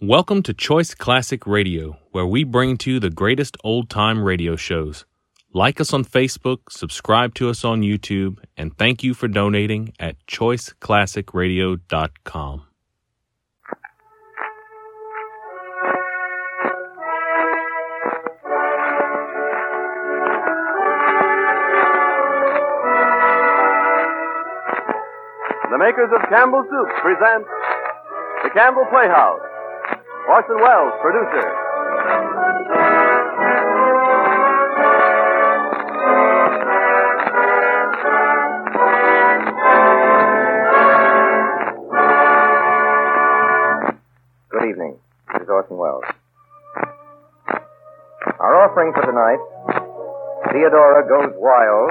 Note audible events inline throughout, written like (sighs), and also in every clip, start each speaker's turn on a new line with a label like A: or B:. A: Welcome to Choice Classic Radio, where we bring to you the greatest old time radio shows. Like us on Facebook, subscribe to us on YouTube, and thank you for donating at choiceclassicradio.com.
B: The makers of Campbell Soup present The Campbell Playhouse. Orson Welles, producer.
C: Good evening. This is Orson Welles. Our offering for tonight Theodora Goes Wild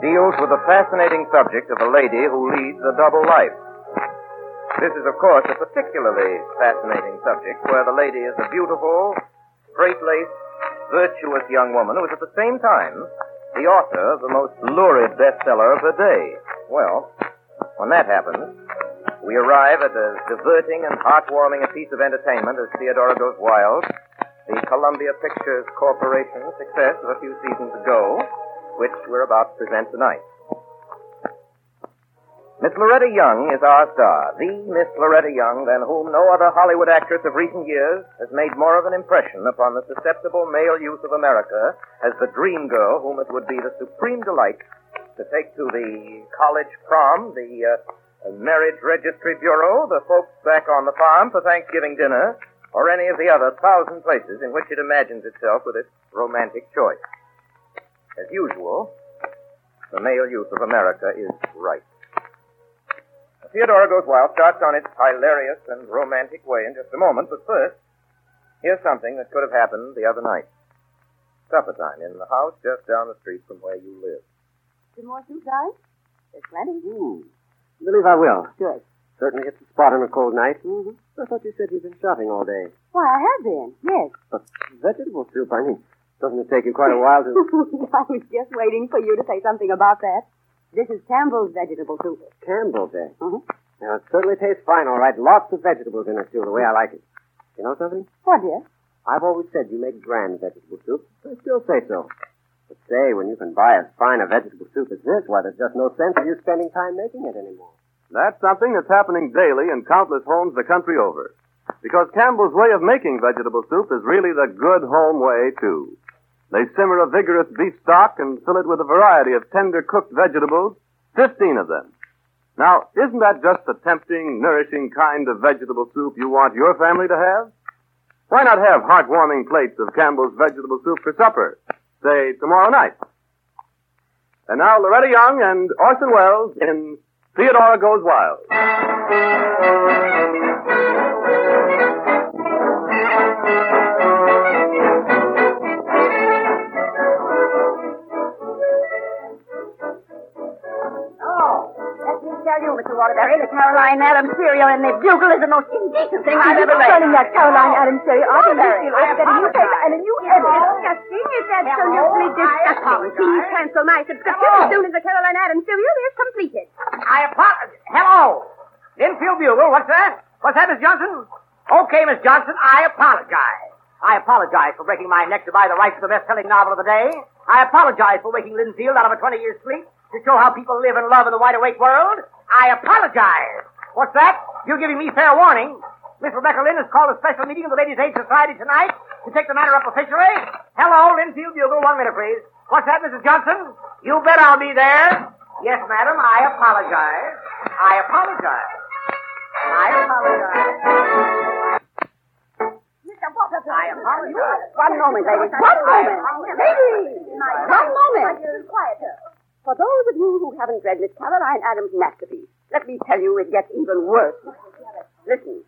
C: deals with the fascinating subject of a lady who leads a double life. This is, of course, a particularly fascinating subject where the lady is a beautiful, straight laced, virtuous young woman who is at the same time the author of the most lurid bestseller of her day. Well, when that happens, we arrive at as diverting and heartwarming a piece of entertainment as Theodora Goes Wild, the Columbia Pictures Corporation success of a few seasons ago, which we're about to present tonight. Miss Loretta Young is our star, the Miss Loretta Young than whom no other Hollywood actress of recent years has made more of an impression upon the susceptible male youth of America as the dream girl whom it would be the supreme delight to take to the college prom, the uh, marriage registry bureau, the folks back on the farm for Thanksgiving dinner, or any of the other thousand places in which it imagines itself with its romantic choice. As usual, the male youth of America is right. Theodora Goes Wild starts on its hilarious and romantic way in just a moment, but first, here's something that could have happened the other night. Supper time in the house just down the street from where you live.
D: Some more soup, guys? There's plenty.
E: Hmm. Believe I will.
D: Good.
E: Certainly hits the spot on a cold night.
D: Mm-hmm.
E: I thought you said you'd been shopping all day.
D: Why, I have been, yes.
E: But vegetable soup, I mean. Doesn't it take you quite a while
F: (laughs)
E: to.
D: (laughs) I was just waiting for you to say something about that. This is Campbell's vegetable soup.
E: Campbell Day.
D: Mhm.
F: Mm-hmm.
E: Now, it certainly tastes fine, all right. Lots of vegetables in it, too, the way I like it. You know something?
D: What, dear?
E: I've always said you make grand vegetable soup. I still say so. But say, when you can buy as fine a vegetable soup as this, why, there's just no sense in you spending time making it anymore.
B: That's something that's happening daily in countless homes the country over. Because Campbell's way of making vegetable soup is really the good home way, too. They simmer a vigorous beef stock and fill it with a variety of tender cooked vegetables, 15 of them. Now, isn't that just the tempting, nourishing kind of vegetable soup you want your family to have? Why not have heartwarming plates of Campbell's vegetable soup for supper, say, tomorrow night? And now, Loretta Young and Orson Welles in Theodora Goes Wild.
G: Oh, let me tell you, Mr. Waterbury, the Caroline Adams cereal in the bugle is the most indecent thing I've ever read. Oh,
D: Turning that Caroline Adams cereal off and
G: Waterbury,
D: you feel I've got a new
G: apologize.
D: paper and a new
G: It's
D: editor.
G: disgusting. It's
D: absolutely
G: disgusting. Please cancel my subscription as soon as the Caroline Adams cereal is completed.
F: I apologize. Hello. Linfield Bugle, what's that? What's that, Miss Johnson? Okay, Miss Johnson, I apologize. I apologize for breaking my neck to buy the rights to the best-selling novel of the day. I apologize for waking Linfield out of a 20-year sleep to show how people live and love in the wide-awake world. I apologize. What's that? You're giving me fair warning. Miss Rebecca Lynn has called a special meeting of the Ladies' Aid Society tonight to take the matter up officially. Hello, Linfield Bugle. One minute, please. What's that, Mrs. Johnson? You bet I'll be there. Yes, madam, I apologize. I apologize. I apologize.
G: Mr. Waterbury,
F: I apologize.
D: One moment, ladies. One moment. Ladies! One moment.
G: Quieter.
D: For those of you who haven't read Miss Caroline Adams' masterpiece, let me tell you it gets even worse. Listen.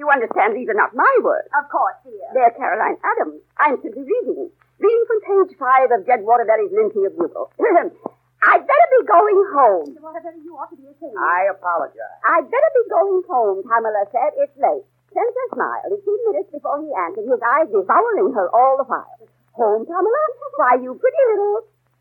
D: You understand these are not my words.
G: Of course, dear.
D: They're Caroline Adams. I'm simply reading. Reading from page five of Jed Waterbury's Linfield Bugle. (clears throat) I'd better be going home.
G: Mr. Waterbury, you ought to be ashamed.
F: I apologize.
D: I'd better be going home, Pamela said. It's late. Senator smiled, and two minutes before he answered, his eyes devouring her all the while. Home, Pamela? Why, you pretty little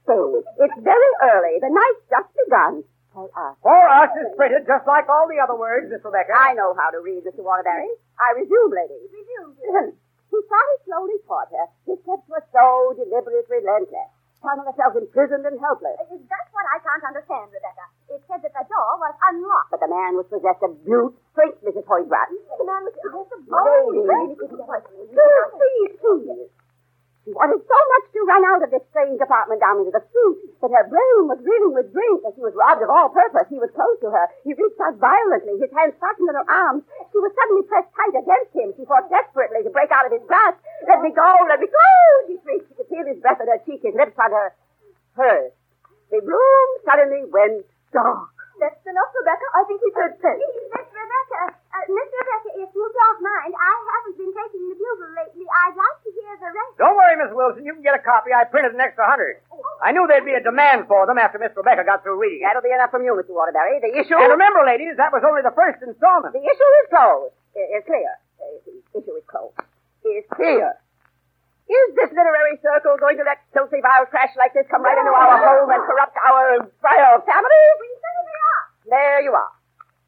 D: thing. It's very early. The night's just begun. For us.
H: For us is printed just like all the other words, Miss Rebecca.
D: I know how to read, Mr. Waterbury. I resume, ladies. Resume. he started slowly toward her. His steps were so deliberate, relentless. Found herself imprisoned and helpless.
I: Uh, That's what I can't understand, Rebecca. It said that the door was unlocked.
D: But the man was possessed of brute strength, Mrs. Hoybrand.
I: The man was possessed of
D: Lady, please, please. She wanted so much to run out of this strange apartment down into the street, but her brain was reeling with drink, and she was robbed of all purpose. He was close to her. He reached out violently, his hands fastened in her arms. She was suddenly pressed tight against him. She fought desperately to break out of his grasp. Let me go, let me go, she shrieked. She could feel his breath on her cheek, his lips on her. Hers. The room suddenly went dark.
I: That's enough, Rebecca. I think he said sense. Miss Rebecca, uh, Miss Rebecca, if you don't mind, I haven't been taking the bugle lately. I'd like to hear the rest.
H: Don't worry, Miss Wilson. You can get a copy. I printed an extra hundred. I knew there'd be a demand for them after Miss Rebecca got through reading it.
D: That'll be enough from you, Mr. Waterbury. The issue.
H: And remember, ladies, that was only the first installment.
D: The issue is closed. I- Is clear. Uh, The issue is closed. Is clear. Is this literary circle going to let filthy vile trash like this come right into our home and corrupt our royal families? There you are.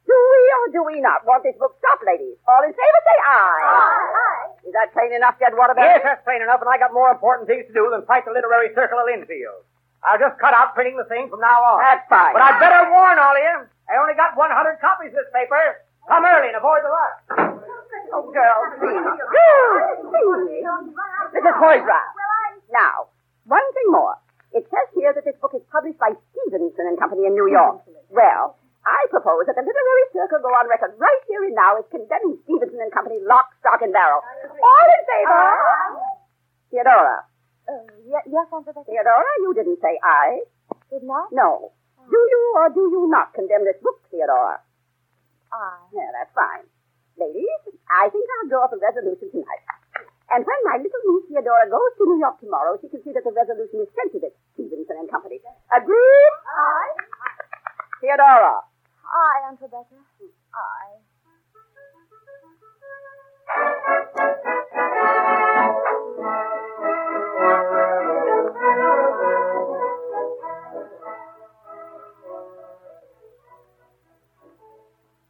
D: Do we or do we not want this book stopped, ladies? All in favor, say aye. Is that plain enough, Jed Waterbury?
H: Yes, that's plain enough, and I got more important things to do than fight the literary circle at Linfield. I'll just cut out printing the thing from now on.
D: That's fine.
H: But I'd better warn all of you. I only got 100 copies of this paper. Come early and avoid the rush.
D: Oh, girls, please. Girls, please. Mrs. Hoydrow. Now, one thing more. It says here that this book is published by Stevenson and Company in New York. Well, I propose that the literary circle go on record right here and now as condemning Stevenson and Company lock, stock, and barrel. All in favor? Theodora.
I: yes, Aunt Rebecca.
D: Theodora, you didn't say I.
I: Did not
D: No. Do you or do you not condemn this book, Theodora?
I: I?
D: Yeah, that's fine. Ladies, I think I'll draw up a resolution tonight. And when my little niece Theodora goes to New York tomorrow, she can see that the resolution is sent to this Stevenson and Company. Agreed?
I: I?
D: Theodora.
I: I, Aunt Rebecca. I.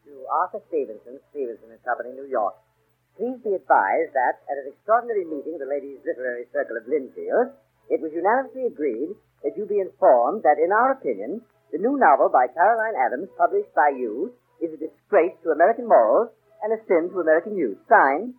F: to Arthur Stevenson, Stevenson and Company, New York. Please be advised that at an extraordinary meeting of the Ladies' Literary Circle of Linfield, it was unanimously agreed that you be informed that, in our opinion, the new novel by Caroline Adams, published by you, is a disgrace to American morals and a sin to American youth. Signed,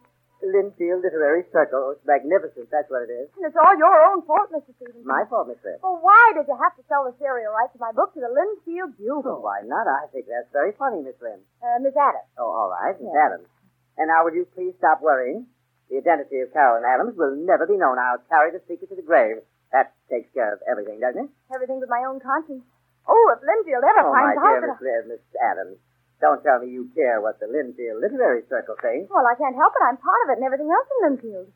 F: the Linfield Literary Circle. Oh, it's magnificent, that's what it is.
I: And it's all your own fault, Mr. Stevenson.
F: My fault, Miss Fred.
I: Well, why did you have to sell the serial rights to my book to the Linfield
F: Oh,
I: Bugle?
F: why not? I think that's very funny, Miss Lynn.
I: Uh, Miss Adams.
F: Oh, all right, Miss Adams. And now, will you please stop worrying? The identity of Carolyn Adams will never be known. I'll carry the secret to the grave. That takes care of everything, doesn't it?
I: Everything but my own conscience. Oh, if Linfield ever
F: oh, my
I: finds out
F: dear
I: that I...
F: Miss, Liz- Miss Adams, don't tell me you care what the Linfield Literary Circle thinks.
I: Well, I can't help it. I'm part of it and everything else in Linfield.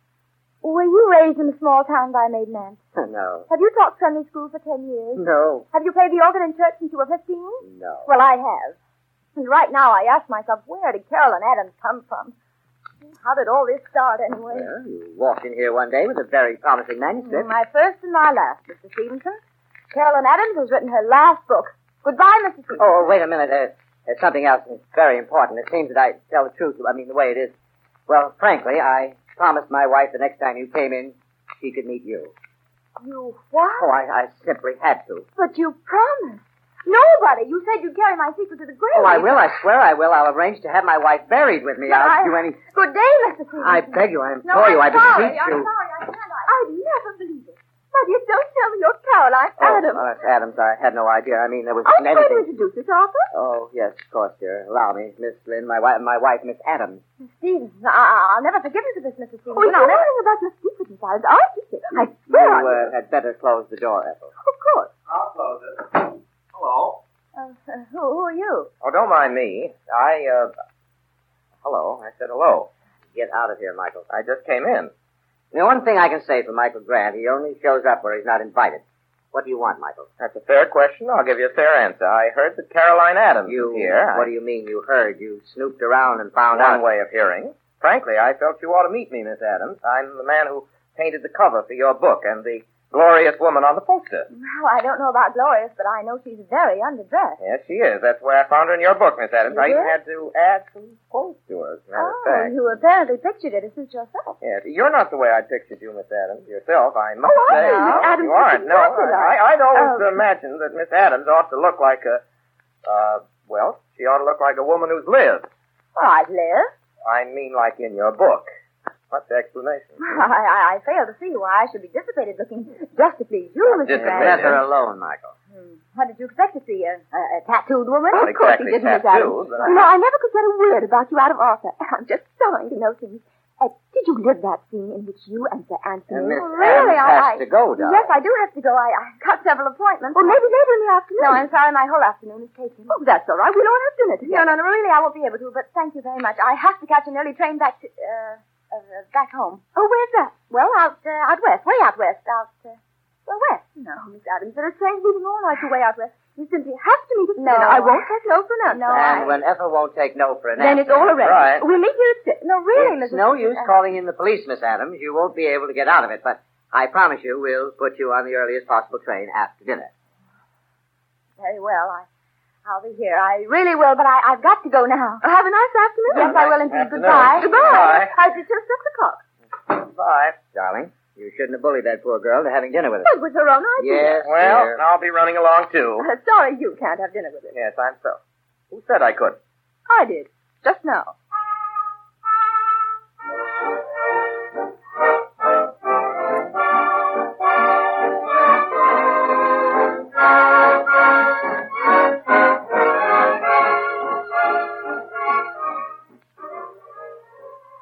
I: Were you raised in a small town by a maid man?
F: no,
I: Have you taught Sunday school for ten years?
F: no,
I: Have you played the organ in church since you were fifteen?
F: no.
I: Well, I have. And right now I ask myself, where did Carolyn Adams come from? How did all this start, anyway?
F: Well, you walked in here one day with a very promising manuscript.
I: My first and my last, Mr. Stevenson. Carolyn Adams has written her last book. Goodbye, Mr. Stevenson.
F: Oh, wait a minute. There's, there's something else that's very important. It seems that I tell the truth. I mean, the way it is. Well, frankly, I promised my wife the next time you came in, she could meet you.
I: You what?
F: Oh, I, I simply had to.
I: But you promised. Nobody. You said you'd carry my secret to the grave.
F: Oh, I will. I swear I will. I'll arrange to have my wife buried with me.
I: But
F: I'll
I: I-
F: do any.
I: Good day, Mr. Stevenson.
F: I beg you. I implore
I: No, I'm
F: you. I
I: sorry.
F: beseech
I: I'm
F: you.
I: sorry. I can't. I... would never believe it. But you don't tell me you're Caroline
F: Oh,
I: Adams.
F: well, that's Adams. I had no idea. I mean, there was
I: Aren't you going to
F: anything.
I: introduce us, Arthur?
F: Oh, yes, of course, dear. Allow me, Miss Lynn. My wife, my wife, Miss Adams.
I: Stevenson, I- I'll never forgive you for this, Mr. Stevenson.
D: Oh, you're
I: I'll never...
D: worrying about your secret, Miss Adams, aren't you? I
F: You
D: swear. I-
F: uh, had better close the door, Ethel.
C: uh,
D: Of course.
C: I'll close it. Hello.
I: Uh, uh, (laughs) who, who are you?
C: Oh, don't mind me. I, uh. Hello. I said hello.
F: Get out of here, Michael.
C: I just came in.
F: The one thing I can say for Michael Grant, he only shows up where he's not invited. What do you want, Michael?
C: That's a fair question. I'll give you a fair answer. I heard that Caroline Adams
F: You
C: was here.
F: What
C: I
F: do you mean you heard? You snooped around and found
C: one
F: out.
C: way of hearing. Frankly, I felt you ought to meet me, Miss Adams. I'm the man who painted the cover for your book and the glorious woman on the poster.
I: Well, I don't know about Glorious, but I know she's very underdressed.
C: Yes, she is. That's where I found her in your book, Miss Adams.
I: You
C: I even
I: did?
C: had to add some quotes to her, as a matter of
I: Oh,
C: fact.
I: you apparently pictured it as suit yourself.
C: Yes, you're not the way I pictured you, Miss Adams, yourself, I must
I: Oh, I
C: say.
I: know. Miss
C: No,
I: Adams
C: you aren't.
I: is
C: No,
I: exactly like-
C: I, I'd always
I: Oh.
C: imagined that Miss Adams ought to look like a, uh, well, she ought to look like a woman who's lived.
I: Well, I've lived.
C: I mean, like in your book. What's the explanation?
I: (laughs) I, I, I fail to see why I should be dissipated looking just to please you, Mr.
C: Dissipated. Let
I: Grant.
C: her
F: alone, Michael.
I: Hmm. What did you expect to see? A, a, a tattooed woman?
C: Not
I: of course
C: exactly uh,
I: you didn't, Miss
C: tattooed,
I: Adams.
C: but I-
I: No, I never could get a word about you out of Arthur. (laughs) I'm just dying to know things. Uh, did you live that scene in which you and Sir Anthony...
F: Uh, Miss
I: really,
F: Adams
I: I,
F: has
I: I-
F: to go, darling.
I: Yes, I do have to go. I, I've got several appointments.
D: Well, Oh, maybe later in the afternoon.
I: No, I'm sorry. My whole afternoon is taken.
D: Oh, that's all right. We'll all have dinner
I: No,
D: together.
I: no, no, really, I won't be able to, but thank you very much. I have to catch an early train back to, uh, uh, uh, back home.
D: Oh, where's that?
I: Well, out, uh, out west, way out west, out, uh, well, west. No, Miss Adams, there are trains leaving all night to way out west. You simply have to meet us.
D: No, I won't take no for an answer.
I: No,
F: And
I: I...
F: whenever won't take no for an
D: Then
F: answer.
D: it's all arranged.
F: Right.
D: We'll meet here at six.
I: No, really,
F: it's
I: Mrs.
F: no use
I: uh,
F: calling in the police, Miss Adams. You won't be able to get out of it, but I promise you we'll put you on the earliest possible train after dinner.
I: Very well, I, I'll be here. I really will, but I, I've got to go now.
D: Oh, have a nice afternoon.
I: Yes, I will indeed.
C: Afternoon.
I: Goodbye.
C: Goodbye.
I: I just six o'clock.
C: Bye.
F: Darling, you shouldn't have bullied that poor girl to having dinner with us.
D: It was her own idea.
F: Yes,
C: Well,
F: dear.
C: I'll be running along, too.
I: (laughs)
D: Uh, sorry you can't have dinner with us.
C: Yes, I'm so. Who said I could?
D: I did. Just now.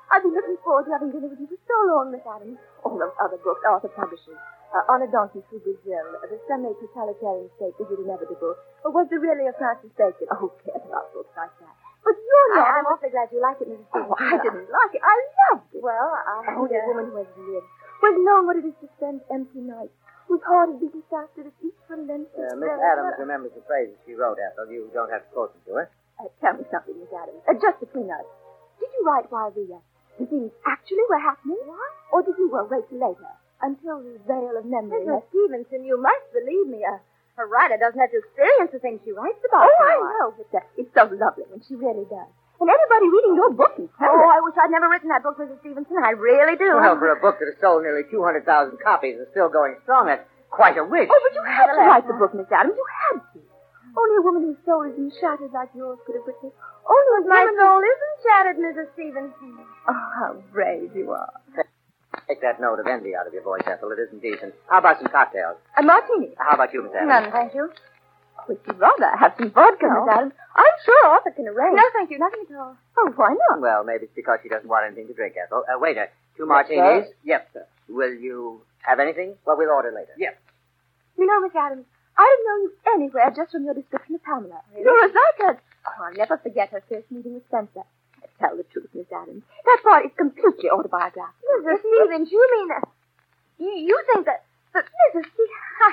I: I've been looking forward to having dinner with you for so long, Miss Adams.
D: All those other books Arthur publishes. Uh, on a Donkey Through Brazil, The Sunday Totalitarian State Is It Inevitable, or Was the Really of Francis Bacon? Oh, who cares about books like that? But you're not...
I: I, I'm awfully glad you like it, Mrs.
D: Oh, I (laughs)
I: Adams.
D: didn't like it. I loved it.
I: Well, I...
D: Oh, the
I: yeah.
D: woman who has lived, who has known what it is to spend empty nights, whose heart has beaten faster than each relentless...
F: Uh, Miss
D: breath.
F: Adams remembers the phrases she wrote, Ethel. You don't have to quote them to her.
D: Uh, tell me something, Miss Adams. Uh, just between us. Did you write while the, uh, the things actually were happening? What? Or did you uh, wait later, until the veil of memory
I: Mrs.
D: had...
I: Stevenson, you must believe me. A, a writer doesn't have to experience the things she writes
D: Oh,
I: about.
D: I know, but uh, it's so lovely when she really does. And anybody reading your book is
I: Oh, I wish I'd never written that book, Mrs. Stevenson. I really do.
F: Well, for a book that has sold nearly 200,000 copies and still going strong, that's quite a wish.
D: Oh, but you had to write the book, Miss Adams. You had to. Only a woman whose soul has been shattered like yours could have written it. Only a
I: My
D: woman...
I: soul isn't shattered, Mrs. Stevenson.
D: Oh, how brave you are.
F: Take that note of envy out of your voice, Ethel. It isn't decent. How about some cocktails?
D: A martini.
F: How about you, Miss Adams?
I: None, thank you.
D: Would you rather have some vodka,
I: No.
D: Miss Adams? I'm sure Arthur can arrange.
I: No, thank you. Nothing at all.
D: Oh, why not?
F: Well, maybe it's because she doesn't want anything to drink, Ethel. Uh, waiter, two martinis? Yes, sir. Will you have anything? Well, we'll order later. Yes.
D: You know, Miss Adams, I don't know you anywhere just from your description of Pamela. You're as like her. Oh, I'll never forget her first meeting with Spencer. Tell the truth, Miss Adams. That part is completely autobiographical.
I: Mrs. Stevens, you mean that... You, you think that... But, Mrs.
D: (laughs)
I: Stevens,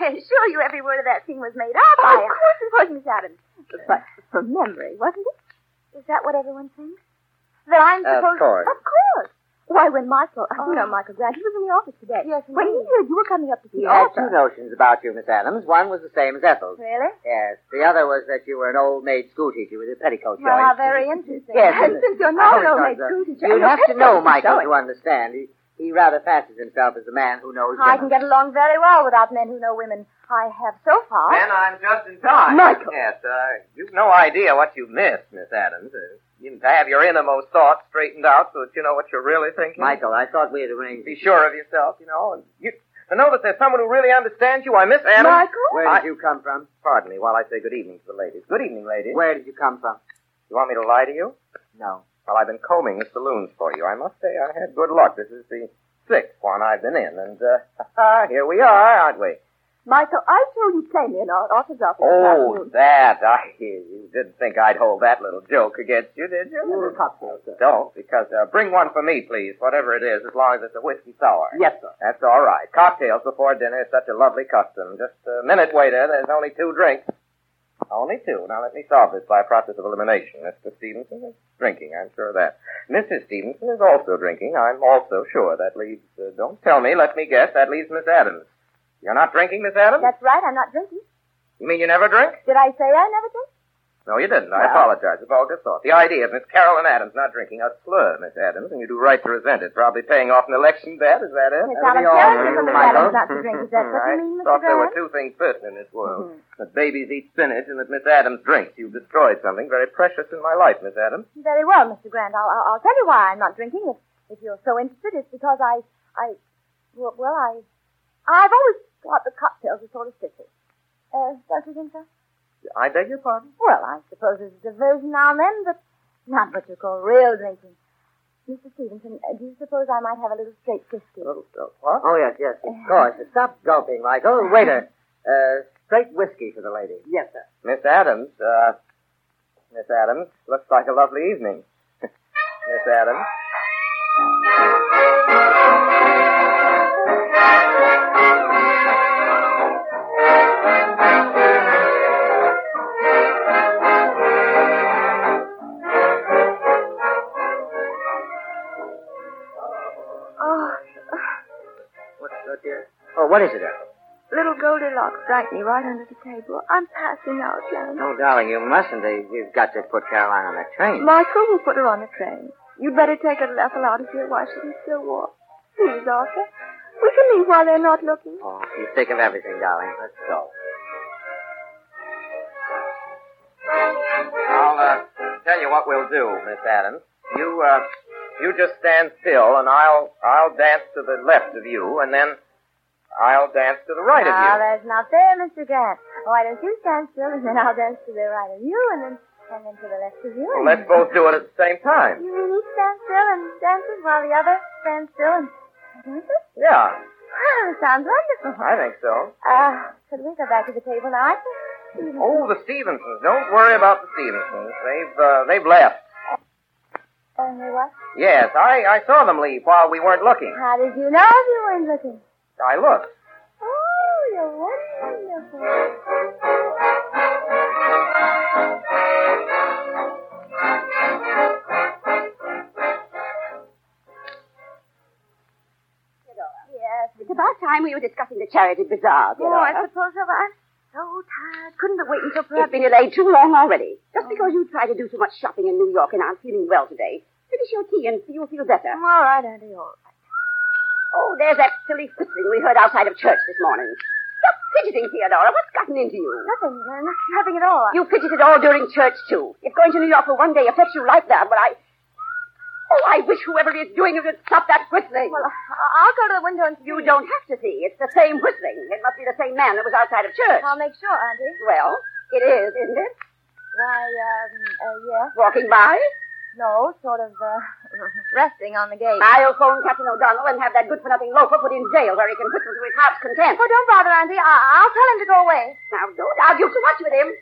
I: I assure you every word of that scene was made up.
D: Oh,
I: I,
D: of course it was,
I: Miss Adams.
D: but from memory, wasn't it?
I: Is that what everyone thinks? That I'm
F: Of
I: supposed...
F: course.
D: Of course. Why, when Michael,
I: Oh.
D: you know Michael Grant, he was in the office today.
I: Yes,
D: When he
I: indeed.
D: heard you were coming up to see
F: He had two
D: Arthur,
F: notions about you, Miss Adams. One was the same as Ethel's.
I: Really?
F: Yes. The other was that you were an old maid schoolteacher with a petticoat
I: Well,
F: showing.
I: how very interesting.
F: Yes.
D: and since you're not an
F: Oh,
D: old
F: God,
D: maid
F: the-
D: schoolteacher, and
F: You'd
D: your
F: have to
D: petticoat
F: know
D: is
F: Michael
D: showing.
F: to understand. He, he rather fancies himself as a man who knows
I: I
F: women.
I: can get along very well without men who know women. I have so far.
C: Then I'm just in time.
D: Michael.
C: Yes, uh, you've no idea what you missed, Miss Adams. Uh, you need to have your innermost thoughts straightened out so that you know what you're really thinking.
F: Michael, I thought we had arranged.
C: Be sure of yourself, you know. And you, to know that there's someone who really understands you, I miss Adams.
D: Michael?
F: Where
C: I-
F: did you come from?
C: Pardon me while I say good evening to the ladies. Good evening, ladies.
F: Where did you come from?
C: You want me to lie to you?
F: No.
C: Well, I've been combing the saloons for you. I must say I had good luck. This is the sixth one I've been in, and uh, (laughs) here we are, aren't we?
D: Michael, I told you plainly in our office office this
C: Oh,
D: afternoon.
C: that! I you didn't think I'd hold that little joke against you, did you?
F: You were cocktail, sir.
C: Don't, because uh, bring one for me, please, whatever it is, as long as it's a whiskey sour.
F: Yes, sir.
C: That's all right. Cocktails before dinner is such a lovely custom. Just a minute, waiter. There's only two drinks. Only two. Now let me solve this by process of elimination. Mr. Stevenson is drinking. I'm sure of that. Mrs. Stevenson is also drinking. I'm also sure. That leaves. Uh, don't tell me. Let me guess. That leaves Miss Adams. You're not drinking, Miss Adams?
I: That's right, I'm not drinking.
C: You mean you never drink?
I: Did I say I never drink?
C: No, you didn't. I apologize. It's all good thought. The idea of Miss Carolyn Adams not drinking a slur, Miss Adams, and you do right to resent it. Probably paying off an election debt. Is that it?
I: It's
C: That'll be
I: out of
C: all
I: character
C: right,
I: for Miss
C: Michael.
I: Adams not to drink. Is that what
C: I
I: you mean, Mm-hmm. Mr.
C: thought there were
I: Grant?
C: two things certain in this world. That babies eat spinach and that Miss Adams drinks. You've destroyed something very precious in my life, Miss Adams.
I: Very well, Mr. Grant. I'll, I'll, I'll tell you why I'm not drinking. If, if you're so interested, it's because I, I, well, well, I, I've always thought the cocktails are sort of sticky. Uh, don't you think so?
C: I beg your pardon?
I: Well, I suppose there's a diversion now and then, but not what you call real drinking. Mr. Stevenson, uh, do you suppose I might have a little straight whiskey?
C: What?
F: Oh, yes, yes, of course. Stop gulping, Michael. Waiter, uh, straight whiskey for the lady. Yes, sir.
C: Miss Adams, uh, Miss Adams, looks like a lovely evening. (laughs) Miss Adams.
J: Oh,
F: What, what, dear? Oh, what is it, Ellen?
J: little Goldilocks dragged me right under the table. I'm passing out, Jan.
F: No, Oh, darling, you mustn't. They, you've got to put Caroline on that train.
J: Michael will put her on the train. You'd better take little Ethel out of here while she can still walk. Please, Arthur. We can leave while they're not looking.
F: Oh, you think of everything, darling. Let's go.
C: I'll uh, tell you what we'll do, Miss Adams. You uh, you just stand still, and I'll I'll dance to the left of you, and then I'll dance to the right of you.
I: Now, that's not fair, Mr. Grant. Why don't you stand still, and then I'll dance to the right of you, and then, and then to the left of you.
C: Well,
I: and-
C: let's both do it at the same time.
I: You mean he stands still and dances while the other stands still and dances?
C: Yeah,
I: Well, it sounds wonderful.
C: I think so.
I: Uh, could we go back to the table now? I think.
C: Oh, the Stevensons. Don't worry about the Stevensons. They've uh, they've left.
I: And they what?
C: Yes, I, I saw them leave while we weren't looking.
I: How did you know if you weren't looking?
C: I looked.
I: Oh, you're wonderful.
D: Yes, it's about time we were discussing the charity bazaar.
J: Oh, I
D: Theodora.
J: suppose so. but I'm so tired. Couldn't have waited until
D: I've
J: perhaps.
D: been delayed too long already. Just because you try to do too much shopping in New York and aren't feeling well today, finish your tea and you'll feel better.
J: I'm all right, Auntie. All right.
D: Oh, there's that silly whistling we heard outside of church this morning. Stop fidgeting, Theodora. What's gotten into you?
I: Nothing, uh, not, nothing at all.
D: You fidgeted all during church, too. If going to New York for one day affects you like that, well, I... Oh, I wish whoever it is doing it would stop that whistling.
I: Well, I- I'll go to the window and see.
D: you don't have to see. It's the same whistling. It must be the same man that was outside of church.
I: I'll make sure, Auntie.
D: Well, it is, isn't it?
I: Why, um, uh, yes.
D: Walking by.
I: No, sort of, uh, (laughs) resting on the gate.
D: I'll phone Captain O'Donnell and have that good-for-nothing loafer put in jail where he can whistle to his heart's content.
I: Oh, don't bother, Auntie. I- I'll tell him to go away.
D: Now, don't argue too much with him.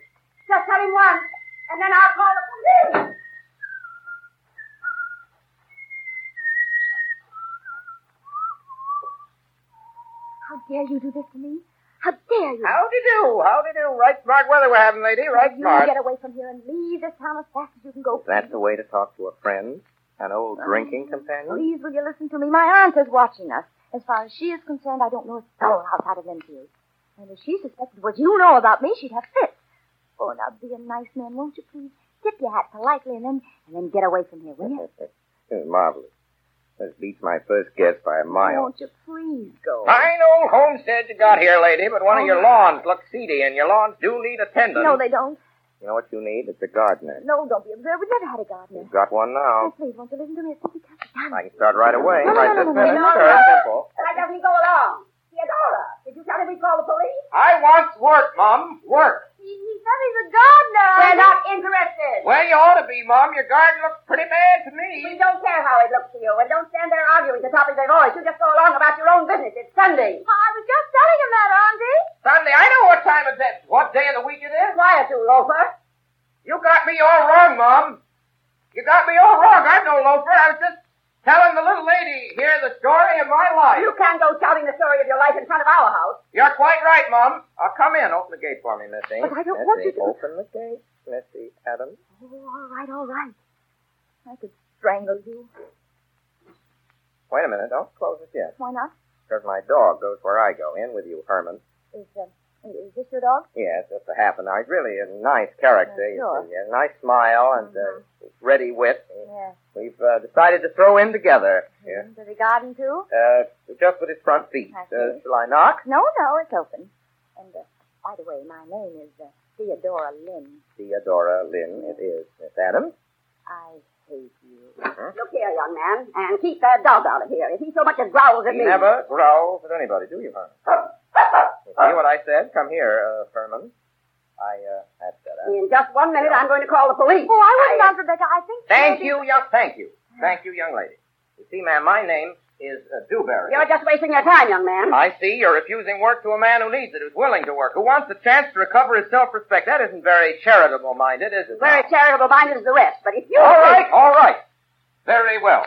I: Just tell him once, and then I'll call the police. How dare you do this to me? How dare you?
C: Howdy do, howdy do. Right smart weather we're having, lady. Right
I: you
C: smart.
I: get away from here and leave this town as fast as you can go.
C: That's the way to talk to a friend, an old drinking companion.
I: Please, will you listen to me? My aunt is watching us. As far as she is concerned, I don't know a soul outside of Linfield. And if she suspected what you know about me, she'd have fits. Oh, now be a nice man, won't you, please? Tip your hat politely and then and then get away from here, will you?
C: This is marvelous. This beats my first guess by a mile.
I: Won't you please go?
C: Fine old homestead you got here, lady, but one of your lawns looks seedy, and your lawns do need attendance.
I: Oh, No, they don't.
C: You know what you need? It's a gardener.
I: No, don't be absurd. We never had a gardener.
C: You've got one now.
I: Oh, please, won't you listen to me? It's simply because I
C: I can start right away.
I: No, no,
C: right
I: no,
C: this
I: no, no,
C: minute.
I: no,
C: Very
I: no.
C: simple.
D: Why doesn't he go along? Theodora, did you tell him we call the police?
C: I want work, Mum. Work.
I: He, he said he's a gardener.
D: We're not interested.
C: Well, you ought to be, Mom. Your garden looks pretty bad to
D: We
C: me.
D: don't care how it looks to you, and don't stand there arguing at the top of your voice. You just go along about your own business. It's Sunday.
I: I was just telling him that, Auntie.
C: Sunday, I know what time it is. What day of the week it is.
D: Quiet, you loafer.
C: You got me all wrong, Mom. You got me all wrong. I'm no loafer. I was just telling the little lady here the story of my life.
D: You can't go shouting the story of your life in front of our house.
C: You're quite right, Mom. I'll come in. Open the gate for me, Missy.
I: But I don't
C: Missy,
I: want you to-
C: Open the gate, Missy Adams.
I: Oh, all right, all right. I could strangle you.
C: Wait a minute. Don't close it yet.
I: Why not?
C: because my dog goes where I go. In with you, Herman.
I: Is, uh, is this your dog?
C: Yes, it's a half an hour. He's really a nice character, you
I: Sure. Mm-hmm.
C: see. A nice smile and uh, ready wit.
I: Yes.
C: We've uh, decided to throw in together. Yeah.
I: Into the garden, too?
C: Uh, just with his front feet.
I: Mm-hmm. I see.
C: Uh, shall I knock?
I: No, no, it's open. And, uh, by the way, my name is uh, Theodora Lynn.
C: Theodora Lynn, it is. Miss Adams?
I: I hate you.
D: Look here, young man, and keep that dog out of here. If he so much as growls at
C: You
D: me.
C: never growls at anybody, do you, Herman?
I: (laughs)
C: You see what I said? Come here, uh, Herman. I, uh, that's better.
D: In just one minute, I'm going to call the police.
I: Oh, I wouldn't, Aunt Rebecca. I think.
C: Thank you, young, thank you. Thank you, young lady. You see, ma'am, my name is uh, Dewberry.
D: You're just wasting your time, young man.
C: I see you're refusing work to a man who needs it, who's willing to work, who wants a chance to recover his self-respect. That isn't very charitable-minded, is it?
D: Very charitable minded as the rest, but if you.
C: All right, all right. Very well.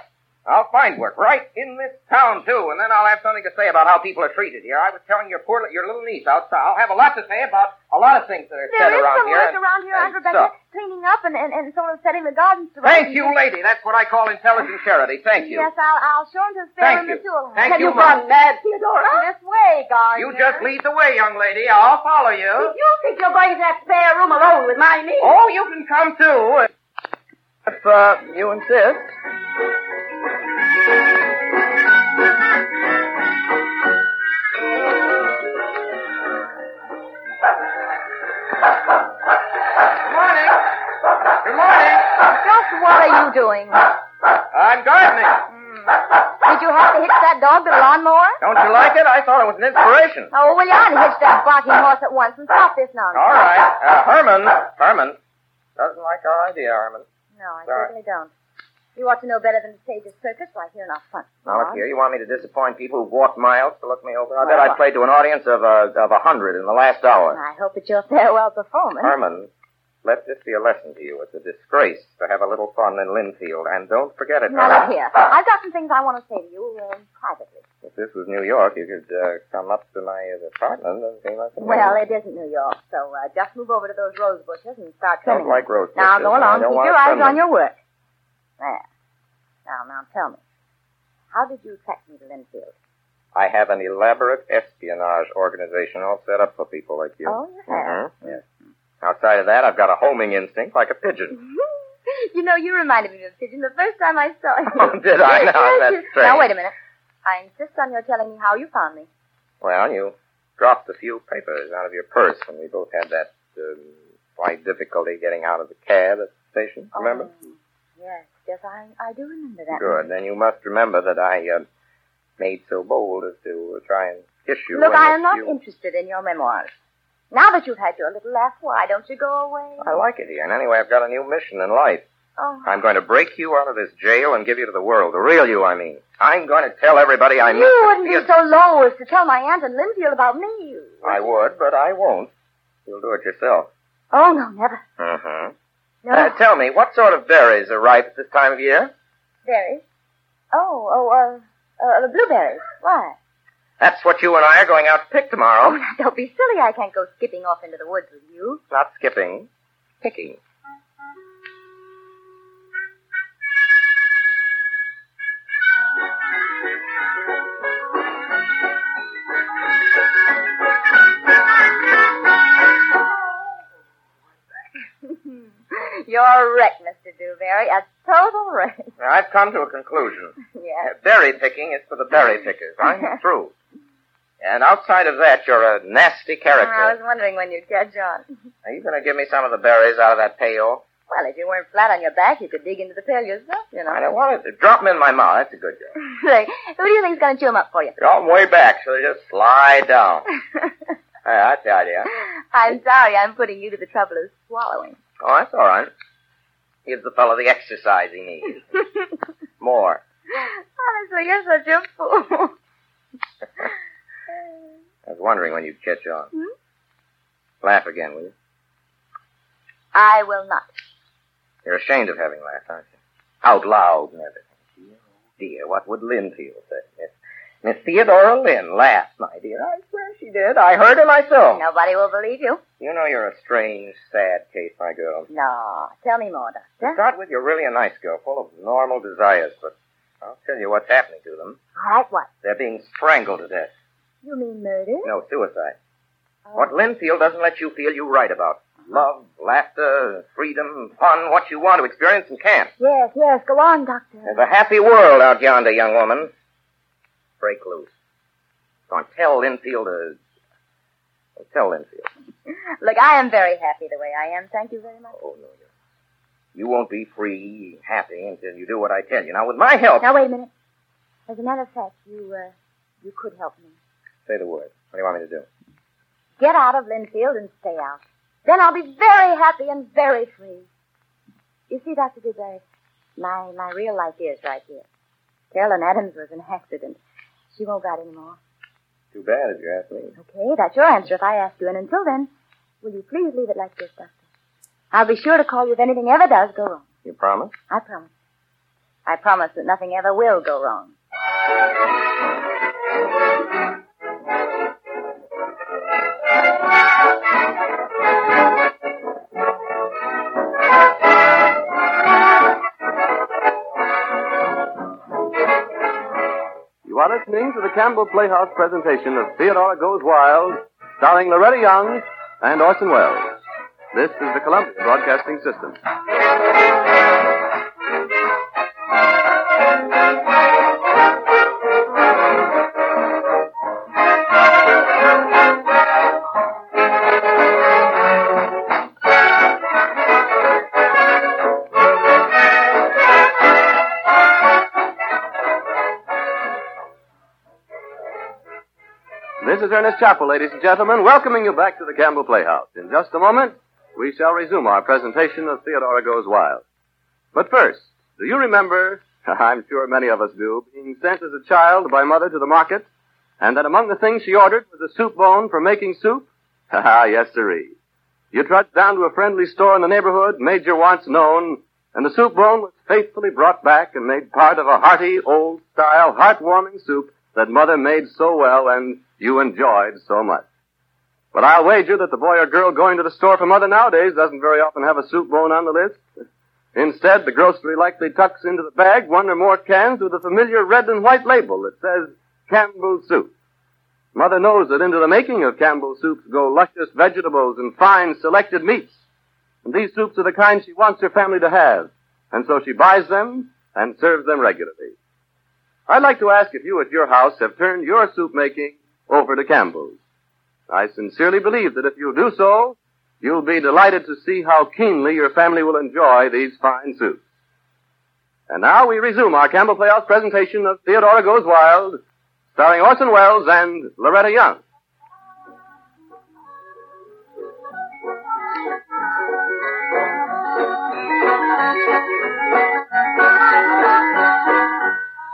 C: I'll find work right in this town too, and then I'll have something to say about how people are treated here. I was telling your poor, li- your little niece outside. I'll have a lot to say about a lot of things that are
I: There
C: said
I: is
C: around
I: some
C: here.
I: work
C: and-
I: around here, Aunt
C: and
I: Rebecca,
C: stuff.
I: cleaning up and, and, and sort of setting the gardens to rights.
C: Thank you, lady. That's what I call intelligent charity. Thank you.
I: Yes, I'll, I'll show him to his
C: Thank
I: spare
C: you.
I: room, and you'll
C: Thank
I: have
C: you,
I: you
C: Mom.
I: gone mad, Theodora? This way,
C: Ah!
I: gardener.
C: You just lead the way, young lady. I'll follow you.
D: You think you're going to that spare room alone with my niece?
C: Oh, you can come too. If uh, you insist. Good morning. Good morning.
I: Just what are you doing?
C: I'm gardening.
I: Did you have to hitch that dog to the lawnmower?
C: Don't you like it? I thought it was an inspiration.
I: Oh, will you unhitch that barking horse at once and stop this nonsense?
C: All right. Uh, Herman. Herman. Doesn't like our idea, Herman.
I: No, I
C: All right.
I: certainly don't. You ought to know better than to stage a circus right here in our front.
C: Now look
I: lawn.
C: here, you want me to disappoint people who've walked miles to look me over? I bet
I: Well,
C: I played to an audience of uh, of a hundred in the last hour.
I: I hope it's your farewell performance.
C: Herman, let this be a lesson to you. It's a disgrace to have a little fun in Linfield, and don't forget it.
I: Now
C: Herman.
I: look here. I've got some things I want to say to you um, privately.
C: If this was New York, you could uh, come up to my uh, apartment and see my.
I: Well, it isn't New York, so uh, just move over to those rose bushes and start
C: I
I: trimming.
C: don't like rose
I: Now
C: bushes,
I: go
C: and I
I: along.
C: don't
I: Keep
C: want to
I: your eyes
C: trim
I: on
C: them.
I: your work. There. Now, now tell me, how did you attract me to Linfield?
C: I have an elaborate espionage organization all set up for people like you.
I: Oh, you have.
C: Mhm, Yes. Outside of that, I've got a homing instinct like a pigeon.
I: (laughs) you know, you reminded me of a pigeon the first time I saw you.
C: Oh, did I? Now,
I: Yes,
C: that's
I: you- Now
C: strange.
I: wait a minute. I insist on your telling me how you found me.
C: Well, you dropped a few papers out of your purse, and we both had that um, slight difficulty getting out of the cab at the station. Remember?
I: Oh, yes, yes, I, I do remember that.
C: Good. Then you must remember that I uh, made so bold as to uh, try and kiss you.
I: Look,
C: and
I: I
C: that
I: am not
C: you...
I: interested in your memoirs. Now that you've had your little laugh, why don't you go away?
C: I like it here, and anyway, I've got a new mission in life.
I: Oh,
C: I'm going to break you out of this jail and give you to the world, the real you, I mean. I'm going to tell everybody I met.
I: you
C: that
I: wouldn't be
C: you-
I: so low as to tell my aunt and Linfield about me.
C: (laughs) I would, but I won't. You'll do it yourself.
I: Oh no, never.
C: Mm-hmm.
I: No,
C: tell me, what sort of berries are ripe at this time of year?
I: berries. Oh, oh, uh, uh, the blueberries. Why? (laughs)
C: That's what you and I are going out to pick tomorrow. (laughs)
I: Oh, now, don't be silly. I can't go skipping off into the woods with you. (laughs)
C: Not skipping, picking.
I: You're a wreck, Mr. Dewberry. A total wreck. (laughs)
C: Now, I've come to a conclusion.
I: yes.
C: Berry picking is for the berry pickers. I'm through. And outside of that, you're a nasty
I: I was
C: character.
I: wondering when you'd catch on.
C: Are you going to give me some of the berries out of that pail?
I: Well, if you weren't flat on your back, you could dig into the pail yourself, you know. (laughs)
C: I don't want it. Drop them in my mouth. That's a good girl.
I: Say, who do you think's going to chew 'em up for you? (laughs)
C: Drop them way back so they just slide down. Hey, that's the idea.
I: I'm sorry I'm putting you to the trouble of swallowing. (laughs)
C: Oh, that's all right. Gives the fellow the exercise he needs. More.
I: Honestly, you're such a fool. (laughs)
C: I was wondering when you'd catch on. Laugh again, will you?
I: I will not.
C: You're ashamed of having laughed, aren't you? Out loud and everything. Dear, oh dear, what would Lynn feel? Said Miss, Miss Theodora Lynn laughed, my dear. I swear she did. I heard her myself.
I: Nobody will believe you.
C: You know you're a strange, sad case, my girl.
I: No. Tell me more,
C: To
I: Doctor.
C: start with, you're really a nice girl, full of normal desires, but I'll tell you what's happening to them.
I: All right, what?
C: They're being strangled to death.
I: You mean murder?
C: No, suicide. What Linfield doesn't let you feel you write about. Love, laughter, freedom, fun, what you want to experience and can't.
I: Yes, yes. Go on, Doctor.
C: There's a happy world out yonder, young woman. Break loose. Don't tell Linfield to... Don't tell Linfield.
I: Look, I am very happy the way I am. Thank you very much.
C: Oh, no, you... You won't be free, happy, until you do what I tell you. Now, with my help...
I: Now, wait a minute. As a matter of fact, you, uh, you could help me.
C: Say the word. What do you want me to do?
I: Get out of Linfield and stay out. Then I'll be very happy and very free. You see, Dr. Dewberry, my, my real life is right here. Carolyn Adams was an accident. She won't got any more.
C: Too bad if you ask me.
I: Okay, that's your answer if I ask you. And until then, will you please leave it like this, Doctor? I'll be sure to call you if anything ever does go wrong.
C: You promise?
I: I promise. I promise that nothing ever will go wrong.
B: You are listening to the Campbell Playhouse presentation of Theodora Goes Wild, starring Loretta Young and Orson Welles. This is the Columbia Broadcasting System. This is Ernest Chappell, ladies and gentlemen, welcoming you back to the Campbell Playhouse. In just a moment, we shall resume our presentation of Theodora Goes Wild. But first, do you remember, (laughs) I'm sure many of us do, being sent as a child by mother to the market, and that among the things she ordered was a soup bone for making soup? (laughs) Ah, yes, siree. You trudged down to a friendly store in the neighborhood, made your wants known, and the soup bone was faithfully brought back and made part of a hearty, old-style, heartwarming soup that mother made so well and you enjoyed so much. But I'll wager that the boy or girl going to the store for mother nowadays doesn't very often have a soup bone on the list. Instead, the grocery likely tucks into the bag one or more cans with a familiar red and white label that says Campbell's Soup. Mother knows that into the making of Campbell's soups go luscious vegetables and fine selected meats. And these soups are the kind she wants her family to have. And so she buys them and serves them regularly. I'd like to ask if you at your house have turned your soup making over to Campbell's. I sincerely believe that if you do so, you'll be delighted to see how keenly your family will enjoy these fine soups. And now we resume our Campbell Playhouse presentation of Theodora Goes Wild, starring Orson Welles and Loretta Young.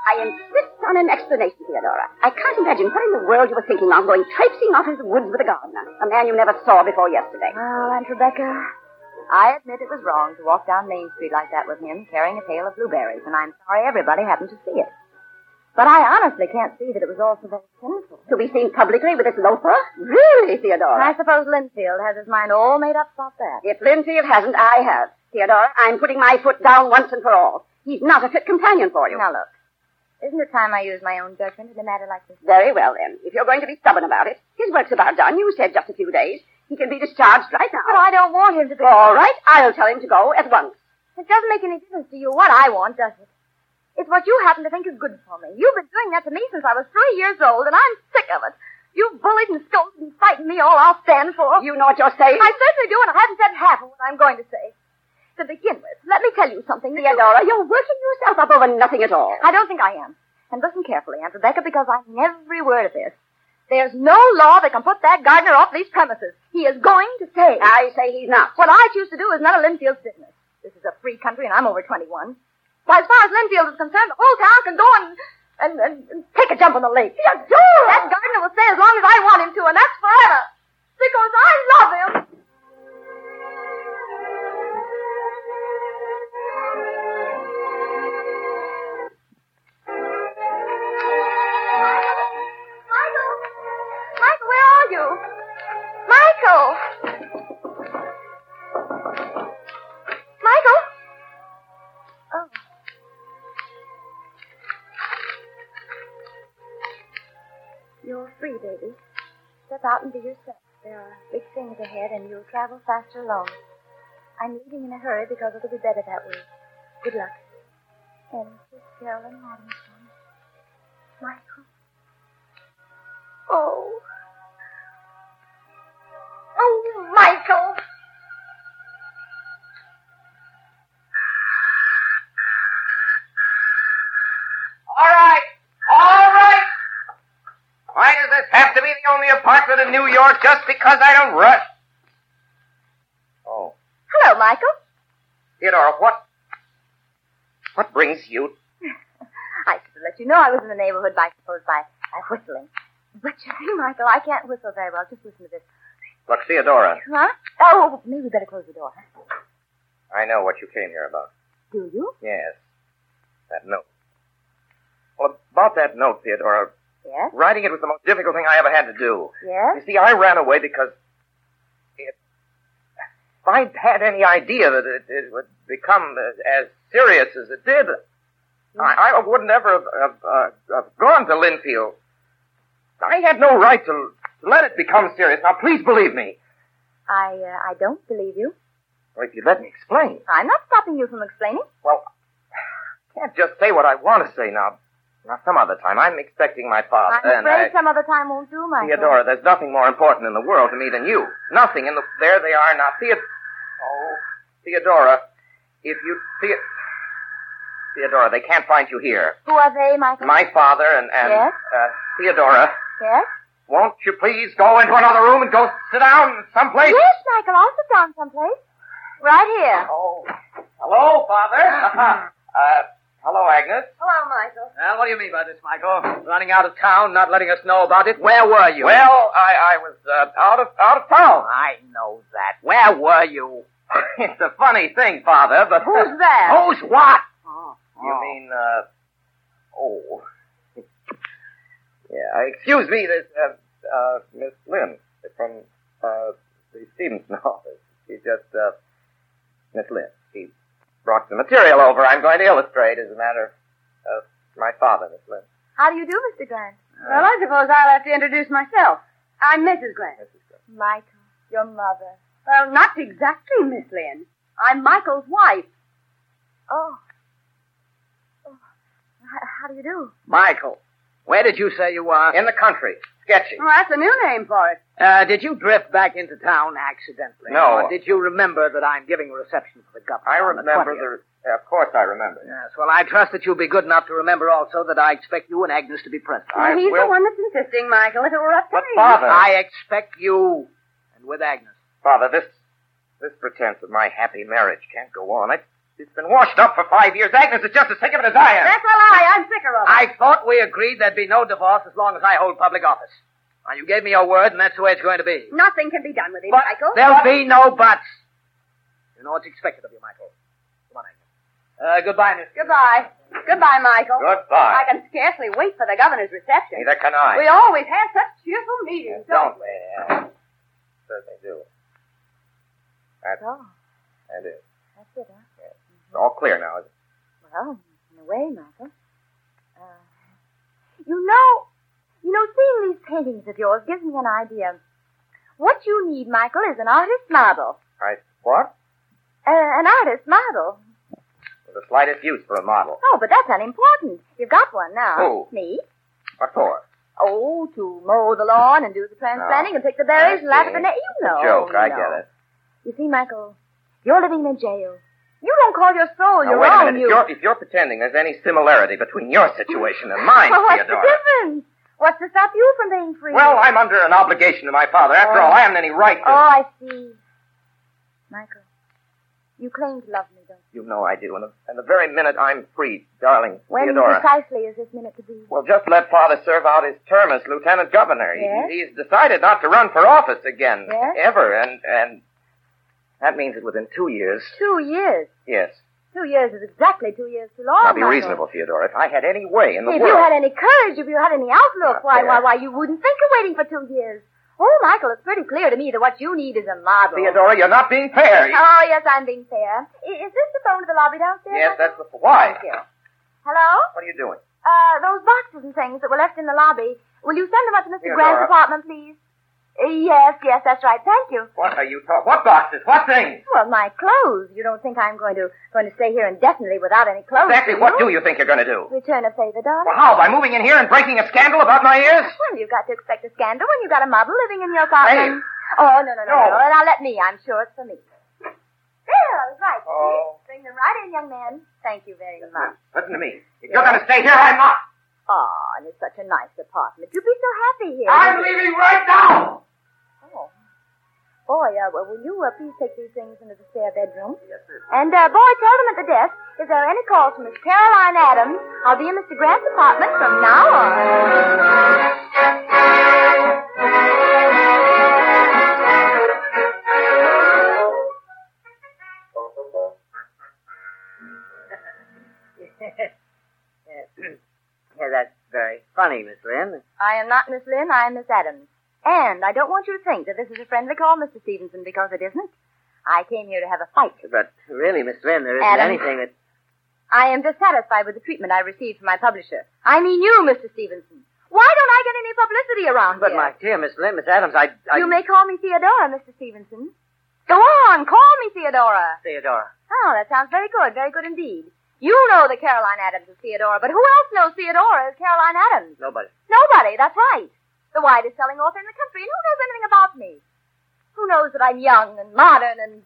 D: I insist on an explanation, Theodora. I can't imagine what in the world you were thinking of going traipsing off into the woods with a gardener, a man you never saw before yesterday.
I: Well, Oh, Aunt Rebecca, I admit it was wrong to walk down Main Street like that with him, carrying a pail of blueberries, and I'm sorry everybody happened to see it. But I honestly can't see that it was all so very sinful.
D: To be seen publicly with this loafer? Really,
I: And I
D: Theodora?
I: suppose Linfield has his mind all made up about that.
D: If Linfield hasn't, I have. Theodora, I'm putting my foot down once and for all. He's not a fit companion for you.
I: Now look, isn't it time I use my own judgment in a matter like this?
D: Very well, then. If you're going to be stubborn about it, his work's about done. You said just a few days. He can be discharged right
I: But
D: now.
I: I don't want him to be.
D: All right, I'll tell him to go at once.
I: It doesn't make any difference to you what I want, does it? It's what you happen to think is good for me. You've been doing that to me since I was three years old, and I'm sick of it. You've bullied and scolded and frightened me all I'll stand for.
D: You know what you're saying?
I: I certainly do, and I haven't said half of what I'm going to say. To begin with, let me tell you something.
D: Theodora, you're working yourself up over nothing at all.
I: I don't think I am. And listen carefully, Aunt Rebecca, because I mean every word of this. There's no law that can put that gardener off these premises. He is going to pay.
D: I say he's not.
I: What I choose to do is none of Linfield's business. This is a free country, and I'm over 21. Why, as far as Linfield is concerned, the whole town can go and, and, and, and take a jump in the lake. That gardener will stay as long as I want him to, and that's forever. Because I love him. Michael! Michael, where are you? Michael! Michael? Oh. You're free, baby. Step out and be yourself. There are big things ahead, and you'll travel faster alone. I'm leaving in a hurry because it'll be better that way. Good luck. And this Carolyn Robinson. Michael.
K: Oh. Oh, Michael.
C: All right. All right. Why does this have to be the only apartment in New York just because I don't rush? Oh.
I: Hello, Michael.
C: Theodore, what? What brings you?
I: I should have let you know I was in the neighborhood by supposed by, by whistling. But you see, Michael, I can't whistle very well. Just listen to this.
C: Look, Theodora,
I: Huh? Oh, maybe we better close the door. huh?
C: I know what you came here about.
I: Do you?
C: Yes. That note. Well, about that note, Theodora,
I: Yes.
C: writing it was the most difficult thing I ever had to do.
I: Yes.
C: You see, I ran away because if, if I'd had any idea that it, it would become as, as serious as it did, I, I would never have, have, uh, have gone to Linfield. I had no right to let it become serious. Now, please believe me.
I: I uh, I don't believe you.
C: Well, if you let me explain.
I: I'm not stopping you from explaining.
C: Well, I can't just say what I want to say now. Now, some other time. I'm expecting my father.
I: I'm
C: and
I: afraid
C: Oh, I-
I: some other time won't do, Michael.
C: Theodora, there's nothing more important in the world to me than you. Nothing in the. There they are now. Theod. Oh, Theodora, if you. The, Theodora, they can't find you here.
I: Who are they, Michael?
C: My father and. and
I: Yes?
C: Uh, Theodora,
I: Yes?
C: won't you please go into another room and go sit down someplace?
I: Yes, Michael, I'll sit down someplace. Right here.
C: Oh. Hello, Father. (laughs) uh, hello, Agnes.
D: Hello, Michael.
C: Well, what do you mean by this, Michael? Running out of town, not letting us know about it. Where were you? Well, I, I was uh, out of out of town. I know that. Where were you? (laughs) it's a funny thing, Father, but
I: Who's that?
C: Who's what?
F: Oh,
C: You mean? Uh, oh, (laughs) yeah. Excuse me, this uh, uh, Miss Lynn from uh, the Stevenson (laughs) office. She just uh, Miss Lynn. She brought some material over. I'm going to illustrate as a matter of uh, my father, Miss Lynn.
I: How do you do, Mr. Grant?
D: uh, Well, I suppose I'll have to introduce myself. I'm Mrs. Grant.
C: Mrs. Grant.
I: Michael, your mother.
D: Well, not exactly, Miss Lynn. I'm Michael's wife.
I: Oh. Oh. How, how do you do?
C: Michael, where did you say you were? In the country, sketching.
D: Well, Oh, that's a new name for it.
F: Uh, did you drift back into town accidentally?
C: No.
F: Or did you remember that I'm giving a reception for the governor?
C: I
F: on the
C: remember
F: 20th?
C: the. Of course, I remember.
F: Yes, well, I trust that you'll be good enough to remember also that I expect you and Agnes to be present.
C: I
D: Well, he's
C: will-
D: the one that's insisting, Michael. If it were up to
C: But
D: me.
C: Father,
F: I expect you, and with Agnes.
C: Father, this this pretense of my happy marriage can't go on. It, it's been washed up for five years. Agnes is just as sick of it as I am.
D: That's a lie. I'm sicker of it.
F: I thought we agreed there'd be no divorce as long as I hold public office. Now, you gave me your word, and that's the way it's going to be.
D: Nothing can be done with him,
F: But
D: Michael.
F: there'll be no buts. You know what's expected of you, Michael. Come on, Agnes. Uh, goodbye, Miss.
D: Goodbye. Goodbye, Michael.
C: Goodbye.
D: I can scarcely wait for the governor's reception.
C: Neither can I.
D: We always have such cheerful meetings,
C: don't we? Yeah. Certainly do. That's
I: Oh,
C: that is.
I: that's it, huh?
C: It's all clear now. Isn't it?
I: Well, in a way, Michael. Uh, you know, you know, seeing these paintings of yours gives me an idea. What you need, Michael, is an artist model.
C: I what?
I: Uh, an artist model.
C: The slightest use for a model.
I: Oh, but that's unimportant. You've got one now.
C: Who?
I: Me.
C: What for?
I: Oh, to mow the lawn and do the transplanting and pick the
C: Ah, I
I: berries and laugh at
C: see.
I: the na- You
F: Oh,
I: know.
C: Joke.
I: you
C: I
I: know.
C: get it.
I: You see, Michael, you're living in a jail. You don't call your soul
C: Now,
I: your
C: wait a
I: own.
C: minute.
I: You.
C: If, you're, if you're pretending there's any similarity between your situation and
F: (laughs)
C: mine,
I: (laughs) well, what's
C: Theodora.
I: the difference? What's to stop you from being free?
C: Well, I'm under an obligation to my father. After
I: Oh.
C: all, I haven't any right to.
I: Oh,
F: uh,
I: I see. Michael, you claim to love me, don't you?
C: You know I do. And the, and the very minute I'm free, darling
I: When
C: Theodora.
I: precisely is this minute to be?
C: Well, just let father serve out his term as lieutenant governor. He-
I: Yes?
C: he's decided not to run for office again,
I: Yes?
C: ever, and and that means that within two years.
I: Two years.
C: Yes.
I: Two years is exactly two years too long.
C: now be
I: Michael.
C: reasonable, Theodora. If I had any way in the
I: Oh, If
C: world,
I: you had any courage, if you had any outlook,
C: Not
I: why, why,
C: there.
I: why, you wouldn't think of waiting for two years. Oh, Michael, it's pretty clear to me that what you need is a model.
C: Theodora, you're not being fair.
I: Oh, yes, I'm being fair. I- Is this the phone to the lobby downstairs?
C: yes,
I: Michael?
C: that's the why.
I: Thank you. Hello?
C: What are you doing?
I: Uh, those boxes and things that were left in the lobby, will you send them up to Mr.
C: Here,
I: Grant's
C: Nora.
I: apartment, please? Uh, yes, yes, that's right. Thank you.
C: What are you talking? What boxes? What things?
I: Well, my clothes. You don't think I'm going to going to stay here indefinitely without any clothes?
C: Exactly
I: do
C: what do
I: you?
C: you think you're going to do?
I: Return a favor, darling.
C: Well, how? By moving in here and breaking a scandal about my ears?
I: Well, you've got to expect a scandal when you've got a model living in your apartment.
C: Hey.
I: Oh, no, no, no,
C: No.
I: no. Now let me. I'm sure it's for me. There, I was right. See?
C: Oh.
I: Bring them right in, young man. Thank you very much.
C: Listen to me. If you're going to stay here, I'm not.
I: Oh, and it's such a nice apartment. You'll be so happy here.
C: I'm leaving right now.
I: Oh. Boy, uh, well, will you uh, please take these things into the spare bedroom? Yes, sir. And, uh, boy, tell them at the desk if there are any calls from Miss Caroline Adams, I'll be in Mr. Grant's apartment from now on.
F: Yeah, that's very funny, Miss Lynn.
I: I am not Miss Lynn, I am Miss Adams. And I don't want you to think that this is a friendly call, Mr. Stevenson, because it isn't. I came here to have a fight.
F: But really, Miss Lynn, there isn't
I: Adam.
F: anything that.
I: I am dissatisfied with the treatment I received from my publisher. I mean you, Mr. Stevenson. Why don't I get any publicity around
F: But
I: here?
F: my dear Miss Lynn, Miss Adams, I. I...
I: You may call me Theodora, Mr. Stevenson. Go on, call me Theodora.
F: Theodora.
I: Oh, that sounds very good, very good indeed. You know that Caroline Adams is Theodora, but who else knows Theodora is Caroline Adams?
F: Nobody.
I: Nobody, that's right. The widest selling author in the country, and who knows anything about me? Who knows that I'm young and modern and.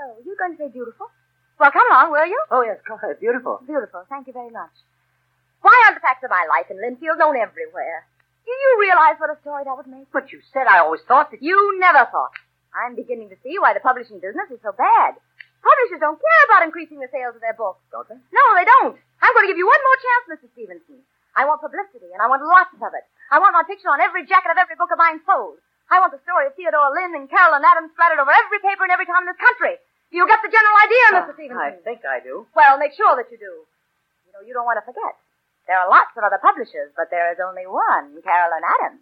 I: Oh, you're going to say beautiful? Well, come along, will you?
F: Oh, yes, go ahead. Beautiful.
I: Beautiful, thank you very much. Why aren't the facts of my life in Linfield known everywhere? Do you realize what a story that would make?
F: But you said I always thought that.
I: You never thought. I'm beginning to see why the publishing business is so bad. Publishers don't care about increasing the sales of their books.
F: Don't they?
I: No, they don't. I'm going to give you one more chance, Mr. Stevenson. I want publicity, and I want lots of it. I want my picture on every jacket of every book of mine sold. I want the story of Theodore Lynn and Carolyn Adams splattered over every paper in every town in this country. Do you get the general idea, Mr. Stevenson?
F: Ah, I think I do.
I: Well, make sure that you do. You know, you don't want to forget. There are lots of other publishers, but there is only one, Carolyn Adams.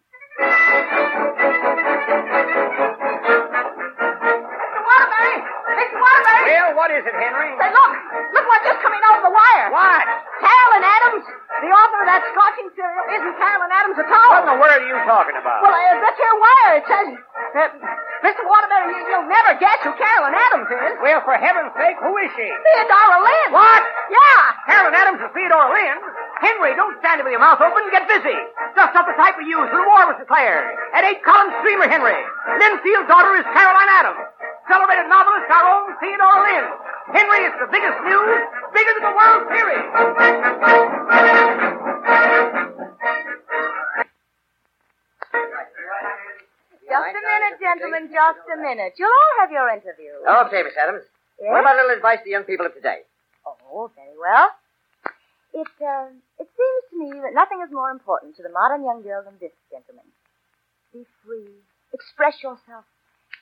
I: Mr. Waterbury! Mr. Waterbury!
C: Well, what is it, Henry?
I: Say, look! Look what just coming out of the wire!
C: What?
I: Carolyn Adams, the author of that scorching serial, isn't Carolyn Adams at all.
C: What in the world are you talking about?
I: Well, uh, that's your wire. It says, uh, Mr. Waterbury, you, you'll never guess who Carolyn Adams is.
C: Well, for heaven's sake, who is she?
I: Theodora Lynn.
C: What?
I: Yeah.
C: Carolyn Adams and Theodore Lynn? Henry, don't stand with your mouth open. Get busy. Dust up the type we used when war was declared. An eight-column streamer, Henry. Linfield's daughter is Caroline Adams. Celebrated novelist, our own Theodore Lynn. Henry is the biggest news, bigger than the World Series.
I: Just a minute, gentlemen, just a minute. You'll all have your interview.
F: Okay, Miss Oh, Adams.
I: Yes?
F: What about a little advice to young people of today?
I: Oh, very well. It, uh, it seems to me that nothing is more important to the modern young girl than this, gentlemen. Be free. Express yourself.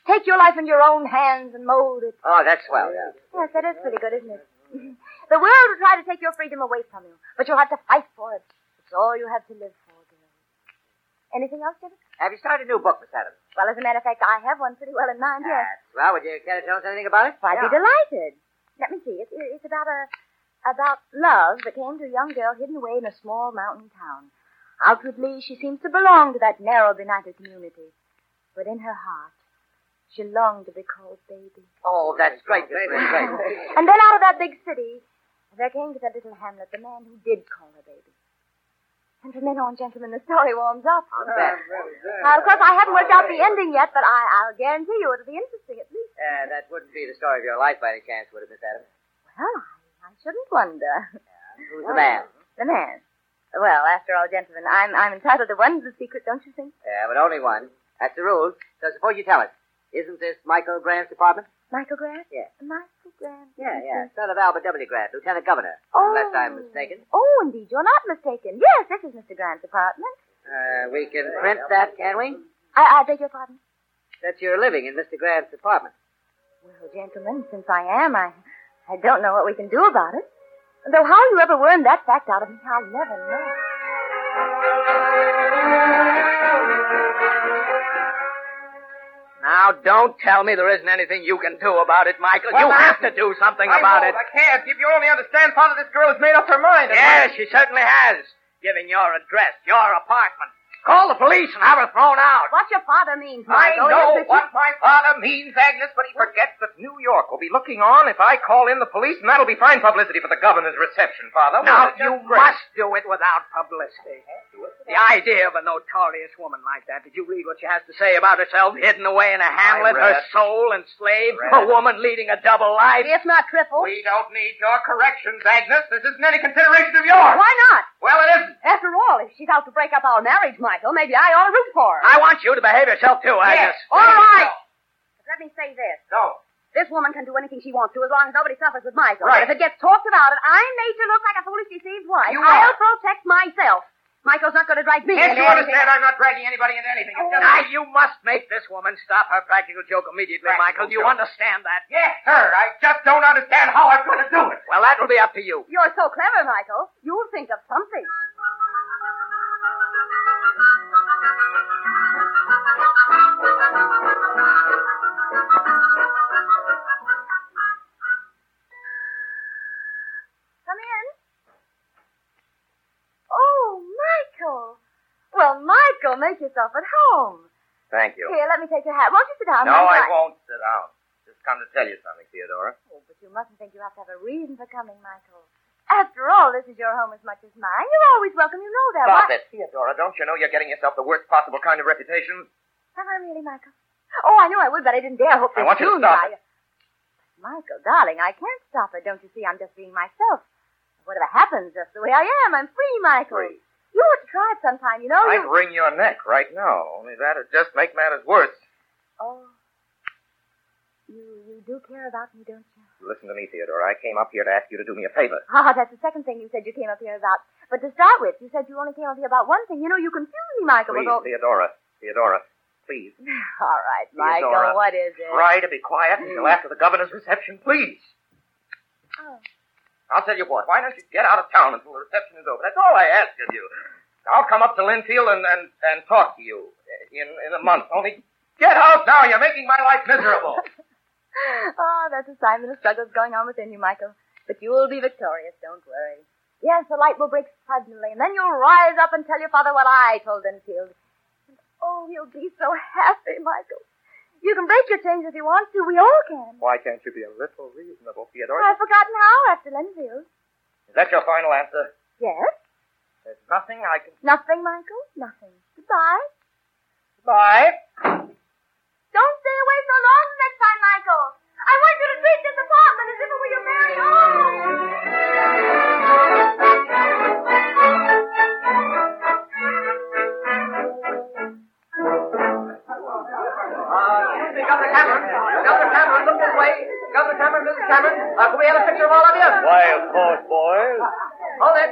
I: Take your life in your own hands and mold it.
F: Oh, that's well. Yeah.
I: Yes, that is pretty good, isn't it? (laughs) the world will try to take your freedom away from you, but you'll have to fight for it. It's all you have to live for, dear. Anything else, Jim?
F: Have you started a new book, Miss Adams?
I: Well, as a matter of fact, I have one pretty well in mind, yes.
F: That's well. Would you care to tell us anything about it?
I: I'd be
F: Ah, Yeah.
I: delighted. Let me see. It's, it's about a about love that came to a young girl hidden away in a small mountain town. Outwardly, she seems to belong to that narrow, benighted community, but in her heart, she longed to be called baby.
F: Oh, that's great, Miss Lynn. Great. (laughs)
I: And then out of that big city, there came to that little hamlet the man who did call her baby. And from then on, gentlemen, the story warms up. Now, of course, I haven't worked out the ending yet, but I, I'll guarantee you it'll be interesting at least.
F: Uh, that wouldn't be the story of your life by any chance, would it, Miss Adams?
I: Well, I, I shouldn't wonder.
F: Who's the man?
I: The man. Well, after all, gentlemen, I'm I'm entitled to one little secret, don't you think?
F: Yeah, but only one. That's the rule. So suppose you tell us. Isn't this Michael Graham's department?
I: Michael Grant?
F: Yes.
I: Michael Grant.
F: Son of Albert W. Graham, Lieutenant Governor.
I: Oh.
F: Unless I'm mistaken.
I: Oh, indeed, you're not mistaken. Yes, this is Mr. Grant's apartment.
F: Uh, we can print that, can we?
I: I, I beg your pardon.
F: That you're living in Mr. Graham's apartment.
I: Well, gentlemen, since I am, I I don't know what we can do about it. Though how you ever wormed that fact out of me, I'll never know.
F: Now,
L: don't tell me there isn't anything you can do about it, Michael.
H: Well,
L: you
H: I-
L: have to do something about it.
H: I can't. If you only understand, Father, this girl has made up her mind.
L: Yes, she certainly has. Giving your address, your apartment. Call the police and have her thrown out.
M: What your father means,
H: I
M: Michael,
H: know
M: is that
H: what
M: you-
H: my father means, Agnes, but he forgets that New York will be looking on if I call in the police, and that'll be fine publicity for the governor's reception, Father.
L: Now,
H: Won't it?
L: you
H: Just great.
L: must do it without publicity. The idea of a notorious woman like that. Did you read what she has to say about herself hidden away in a hamlet,
H: read
L: her
H: it.
L: soul enslaved,
H: Read
L: a
H: it.
L: woman leading a double life?
M: If not triple.
H: We don't need your corrections, Agnes. This isn't any consideration of yours.
M: Why not?
H: Well, it isn't.
M: After all, if she's out to break up our marriage, Michael, maybe I ought to root for her.
L: I want you to behave yourself too, Agnes.
M: All right. But let me say this.
H: Go.
M: This woman can do anything she wants to as long as nobody suffers with Michael.
L: Right.
M: But if it gets talked about and I'm made to look like a foolish, deceived wife,
H: You
M: I'll
H: are.
M: protect myself. Michael's not going to drag me
H: Can't
M: into
H: you
M: anything.
H: understand I'm not dragging anybody into anything? It's just-
L: Now, you must make this woman stop her practical joke immediately, Michael. Do you
H: joke.
L: understand that?
H: Yes, sir. I just don't understand how I'm going to do it.
L: Well, that will be up to you.
M: You're so clever, Michael. You'll think of something.
I: Come in. Oh, Michael. Well, Michael, make yourself at home.
C: Thank you.
I: Here, let me take your hat. Won't you sit down?
C: no,
I: Michael?
C: I won't sit down. Just come to tell you something, Theodora.
I: Oh, but you mustn't think you have to have a reason for coming, Michael. After all, this is your home as much as mine. You're always welcome. You know that.
C: Stop
I: Why-
C: it, Theodora. Don't you know you're getting yourself the worst possible kind of reputation?
I: Am I really, Michael? Oh, I knew I would, but I didn't dare hope
C: I
I: this
C: want you to
I: soon,
C: stop
I: I- Michael, darling, I can't stop it. Don't you see? I'm just being myself. Whatever happens, just the way I am, I'm free, Michael.
C: Free.
I: You ought to try it sometime, you know.
L: Oh,
C: I'd
I: you...
C: wring your neck right now. Only that'd just make matters worse.
I: Oh. You, you do care about me, don't you?
C: Listen to me, Theodora. I came up here to ask you to do me a favor.
I: Ah, that's the second thing you said you came up here about. But to start with, you said you only came up here about one thing. You know, you confuse me, Michael.
C: Please,
I: with all...
C: Theodora. Theodora, please.
I: (sighs) all right, Michael,
C: Theodora,
I: what is it?
C: Try to be quiet until after the governor's reception, please.
I: Oh.
C: I'll tell you what. Why don't you get out of town until the reception is over? That's all I ask of you. I'll come up to Linfield and, and, and talk to you in, in a month. Only get out now. You're making my life miserable.
I: oh, that's a sign that a struggle's going on within you, Michael. But you will be victorious, don't worry. Yes, the light will break suddenly, and then you'll rise up and tell your father what I told Enfield. And, oh, he'll be so happy, Michael. You can break your chains if you want to. We all can.
C: Why can't you be a little reasonable, Theodora?
I: I've forgotten how after Lenfield.
C: Is that your final answer?
I: Yes?
C: There's nothing I can.
I: Nothing, Michael? Nothing. Goodbye.
C: Bye.
I: Don't stay away so long the next time, Michael. I want you to treat this apartment as if it were your very own.
H: Governor Cameron, Governor Cameron, look this way. Governor Cameron, Mrs. Cameron, uh, can we have a picture of all of you?
N: Why, of course, boys.
H: Hold it.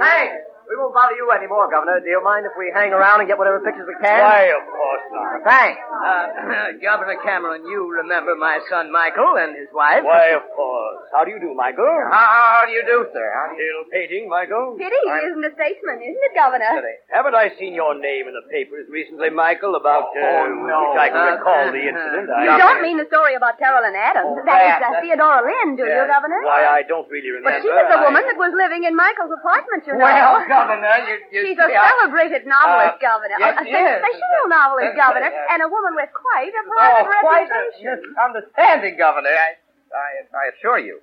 H: Thanks. We won't bother you anymore, Governor. Do you mind if we hang around and get whatever pictures we can?
N: Why, of course not.
H: Thanks.
L: Uh, (clears throat) Governor Cameron, you remember my son Michael and his wife?
N: Why, of course. How do you do, Michael?
L: How do you do, sir? How do
N: Still painting, Michael?
M: Pity he
N: I'm-
M: isn't a statesman, isn't it, Governor?
N: Haven't I seen your name in the papers recently, Michael, about, uh,
L: Oh,
N: which
L: no.
N: I can
L: Uh,
N: recall
L: uh,
N: the incident.
M: You
N: I...
M: don't mean the story about Carolyn Adams.
N: Oh,
M: that is
N: that-
M: uh, Theodora Lynn, do you, Governor?
N: Why, I don't really remember.
M: But she was the
N: I-
M: woman that was living in Michael's apartment, you know.
L: Well, (laughs) Governor, you, you
M: She's a
L: see, I-
M: celebrated novelist,
L: Uh,
M: Governor.
L: yes,
M: a
L: she is.
M: sensational novelist,
L: That's
M: Governor,
L: right, yes.
M: and a woman with quite a
L: Oh,
M: private
L: quite a
M: reputation.
L: misunderstanding, Governor. I,
C: I, I assure you.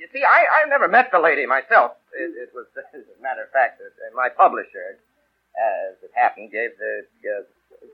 C: You see, I, I never met the lady myself. It, it was, (laughs) as a matter of fact, that uh, my publisher, as it happened, gave the uh,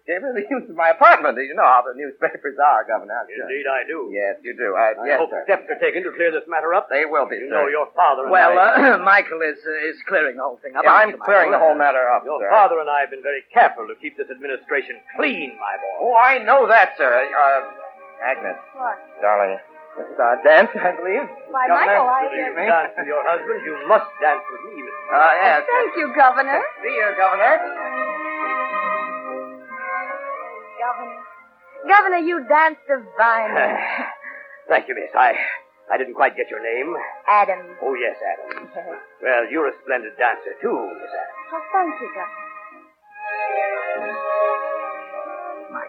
C: gave her the (laughs) use of my apartment. You know how the newspapers are, Governor. I'm sure.
N: Indeed, I do.
C: Yes, you do. I,
N: I
C: yes,
N: hope
C: sir.
N: steps are taken to clear this matter up.
C: They will be.
N: You
C: sir.
N: know your father and
L: well,
N: I...
L: uh,
C: (clears throat)
L: Michael is uh, is clearing the whole thing up.
C: Yeah,
L: aren't
C: I'm
L: you,
C: clearing the
L: Michael?
C: whole matter up,
N: Your
C: sir.
N: father and I have been very careful to keep this administration clean, my boy.
C: Oh, I know that, sir. Uh, Agnes,
I: What?
C: darling, this is
O: Uh,
C: our dance, I believe.
M: Why,
C: Governor,
M: Michael, I.
C: will you
M: uh,
C: me?
N: Dance with your husband. You must dance with me, Mr.
C: Uh, yes.
M: Thank you, Governor.
C: See you, Governor.
I: Governor. Governor, you dance divinely.
C: (sighs)
N: Thank you, miss. I I didn't quite get your name.
I: Adams.
N: Oh, yes, Adams.
I: Yes.
N: Well, you're a splendid dancer, too, Miss Adams.
I: Oh, thank you, Governor.
N: I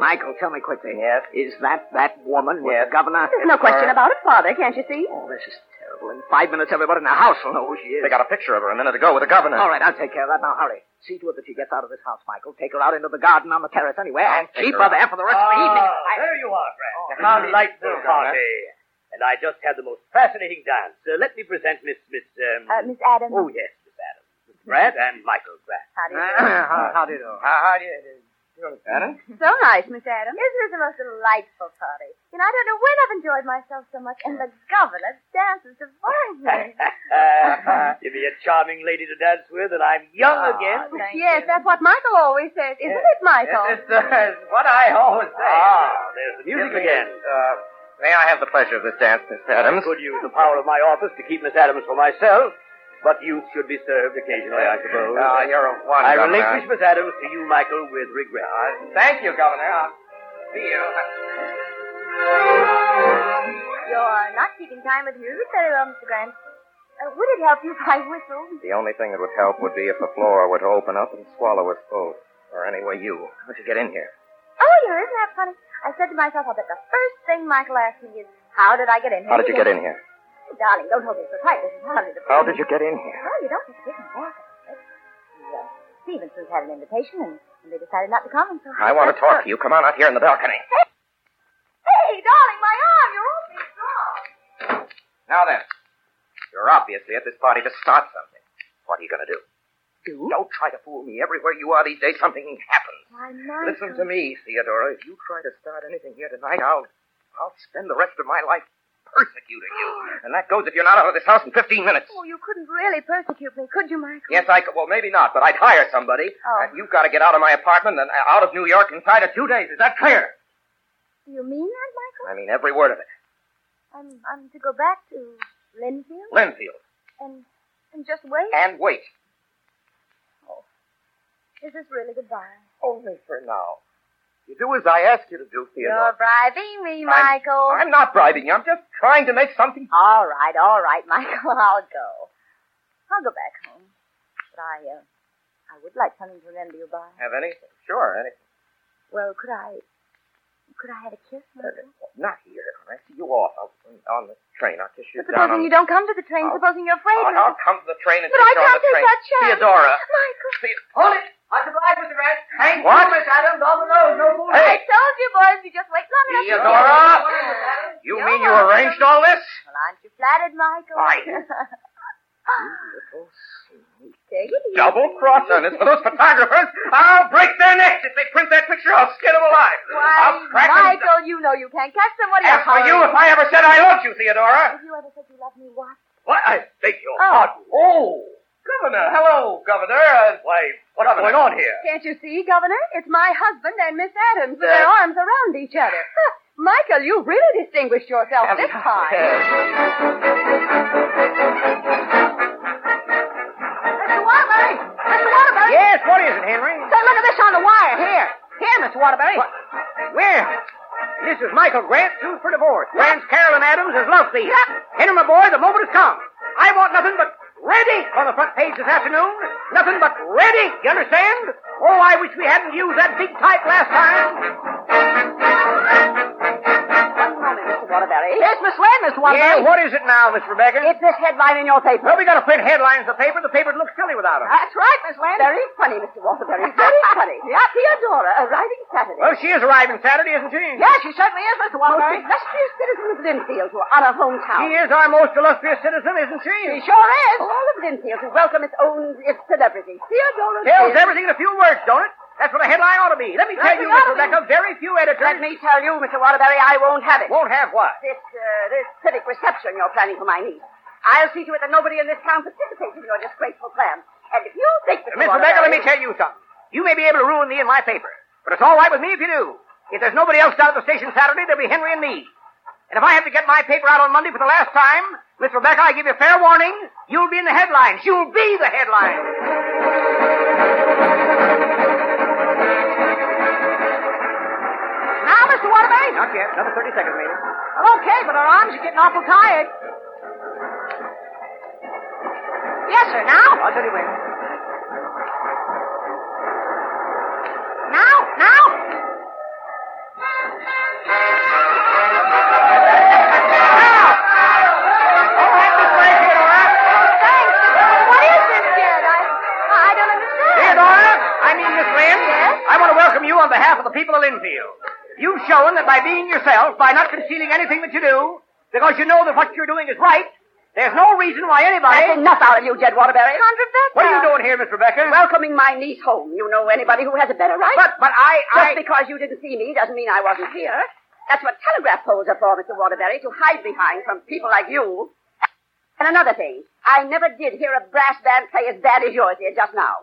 F: Michael, tell me quickly. Yes. Is that that woman with the governor?
D: There's no question about it, Father. Can't you see?
F: Oh, this is terrible. In five minutes, everybody in the house will know who she is.
O: They got a picture of her a minute ago with the governor.
F: All right, I'll take care of that. Now, hurry. See to it that she gets out of this house, Michael. Take her out into the garden on the terrace anywhere, and
O: take
F: keep
O: her
F: her,
O: out.
F: there for the rest of the
O: Ah,
F: evening.
O: There you are, Grant.
F: Oh,
O: How
F: indeed.
O: delightful
F: Well done,
O: party.
N: eh?
O: And I just had the most fascinating dance. Uh, let me present Miss Miss um,
I: Uh, Miss Adams.
O: Oh yes, Miss Adams, Miss Grant, and Michael Grant.
I: How do you
C: (laughs)
I: do?
O: How- how do you do? How- how do you do?
I: Adam? So nice, Miss Adams. Isn't it the most delightful party? You know, I don't know when I've enjoyed myself so much, and the governor's dance is
C: (laughs)
I: divine.
O: Uh, you'll be a charming lady to dance with, and I'm young
C: Ah,
I: Aw,
C: (laughs)
O: again.
I: yes, that's what Michael always says, isn't it, Michael?
O: It's, uh, what I always say. Ah, there's the music again. Uh,
C: May I have the pleasure of this dance, Miss
O: I
C: Adams?
O: could use the power of my office to keep Miss Adams for myself, but youth should be served occasionally, I suppose.
C: Ah, you're a one,
O: I
C: Governor.
O: relinquish Miss Adams to you, Michael, with regret.
C: Thank you, Governor. I'll see you.
I: You're not keeping time with the music very well, Mr. Grant. Uh, would it help you if I whistled?
C: The only thing that would help would be if the floor were to open up and swallow us both. Or anyway, you. How'd you get in here?
I: Oh, dear, isn't that funny? I said to myself, I'll bet the first thing Michael asked me is, how did I get in here?
C: How did you get in here?
I: Oh, darling, don't hold me so tight. This is hardly the
C: How did you get in here?
I: Well, you don't have to give me back. The, uh, Stevenson's had an invitation, and, and they decided not to come. And so
C: I want to talk to you. Come on out here on the balcony.
I: Hey, darling, my arm! You're awfully strong.
C: Now then, you're obviously at this party to start something. What are you going to do?
I: Do?
C: Don't try to fool me. Everywhere you are these days, something happens.
I: Why,
C: Listen to me, Theodora. If you try to start anything here tonight, I'll, I'll spend the rest of my life persecuting you. And that goes if you're not out of this house in 15 minutes.
I: Oh, you couldn't really persecute me, could you, Michael?
C: Yes, I could. Well, maybe not, but I'd hire somebody.
I: Oh.
C: And you've got to get out of my apartment and uh, out of New York inside of two days. Is that clear?
I: Do you mean that, Michael?
C: I mean, every word of it.
I: I'm, I'm to go back to Linfield?
C: Linfield.
I: And, and just wait?
C: And wait.
I: Is this really goodbye?
C: Only for now. You do as I ask you to do, Theodora.
I: You're bribing me,
C: I'm-
I: Michael.
C: I'm not bribing you. I'm just trying to make something.
I: All right, all right, (laughs) Michael. I'll go. I'll go back home. But I, uh, I would like something to remember you by.
C: Have anything? Sure, anything.
I: Well, could I, could I have a kiss,
C: Uh,
I: Michael?
C: Not here. I see you off on, on the train. I'll kiss you
I: But
C: down. on
I: supposing you don't come to the train,
C: Oh.
I: supposing you're afraid.
C: I'll, I'll come to the train and kiss
I: But I
C: you on
I: can't
C: the
I: take
C: train.
I: that chance.
C: Theodora.
I: Michael.
C: Hold
F: it. Much obliged, Mr. Grant. Thank
C: What?
F: you, Miss Adams. On the nose. No fooling.
I: I told you, boys, you just wait long enough.
C: Theodora!
I: Well,
C: You
I: You're
C: mean you
I: welcome.
C: arranged all this?
I: aren't you flattered, Michael? (laughs)
C: I-
I: Take it easy.
C: Double cross on this for those photographers. I'll break their necks if they print that picture. I'll skin them alive. I'll
I: Why,
C: crack 'em
I: Michael, you know you can't catch somebody.
C: As for you, if I ever said I loved you, Theodora.
I: If you ever said you loved me, what?
O: What? I beg your
I: Oh.
O: pardon.
C: Oh, Governor. Hello, Governor. Uh,
O: Why, what's
C: Governor.
O: going on here?
D: Can't you see, Governor? It's my husband and Miss Adams with their
C: Uh,
D: arms around each other. Huh, Michael, you really distinguished yourself this time.
P: Mr. Waterbury! Mr. Waterbury!
C: Yes, what is it, Henry?
P: Say, look at this on the wire. Here. Here, Mr. Waterbury.
C: Well, this is Michael Grant, sued for divorce. Grant's Carolyn Adams is love thief. Henry, my boy, the moment has come. I want nothing but ready on the front page this afternoon. Nothing but ready, you understand? Oh, I wish we hadn't used that big type last time.
D: One moment, Mr. Waterbury.
P: Yes, Miss Lane, Mr. Waterbury.
C: Yeah, what is it now, Miss Rebecca?
D: It's this headline in your paper.
C: Well, we got to print headlines in the paper. The papers look silly without them.
D: That's right, Miss Lane. Very funny, Mr. (laughs) Waterbury. Very funny. Yeah, Theodora, arriving Saturday.
C: Well, Oh, she is arriving Saturday, isn't she?
D: Yeah, she certainly is, Mr. Waterbury. Most illustrious citizen of Linfield who are on her hometown.
C: She is our most illustrious citizen, isn't she?
D: She sure is. All of Linfield to welcome its own its celebrity. Theodora
C: Tells
D: Dale.
C: everything in a few words, don't it? That's what a headline ought to be. Let me
D: That's
C: tell you,
D: what it
C: Miss
D: ought to be.
C: Rebecca, very few editors.
D: Let me tell you, Mr. Waterbury, I won't have it.
C: Won't have what?
D: This, uh, this civic reception you're planning for my niece. I'll see to it that nobody in this town participates in your disgraceful plans. And if you think, Mr.
C: Miss Rebecca, let me tell you something. You may be able to ruin me and my paper, but it's all right with me if you do. If there's nobody else down at the station Saturday, there'll be Henry and me. And if I have to get my paper out on Monday for the last time, Miss Rebecca, I give you fair warning, you'll be in the headlines. You'll be the headlines.
P: Now, Mr. Waterbury.
C: Not yet. Another 30 seconds, Mater.
P: Well, okay, but her arms are getting awful tired. Yes, sir. Now?
C: I'll tell you when.
P: Now? Now?
Q: on behalf of the people of Linfield. You've shown that by being yourself, by not concealing anything that you do, because you know that what you're doing is right, there's no reason why anybody.
D: That's enough out of you, Jed Waterbury.
Q: Aunt Rebecca. What are you doing here, Miss Rebecca?
D: Welcoming my niece home. You know anybody who has a better right?
Q: But- but I- I-
D: Just because you didn't see me doesn't mean I wasn't here. That's what telegraph poles are for, Mr. Waterbury, to hide behind from people like you. And another thing, I never did hear a brass band play as bad as yours did just now.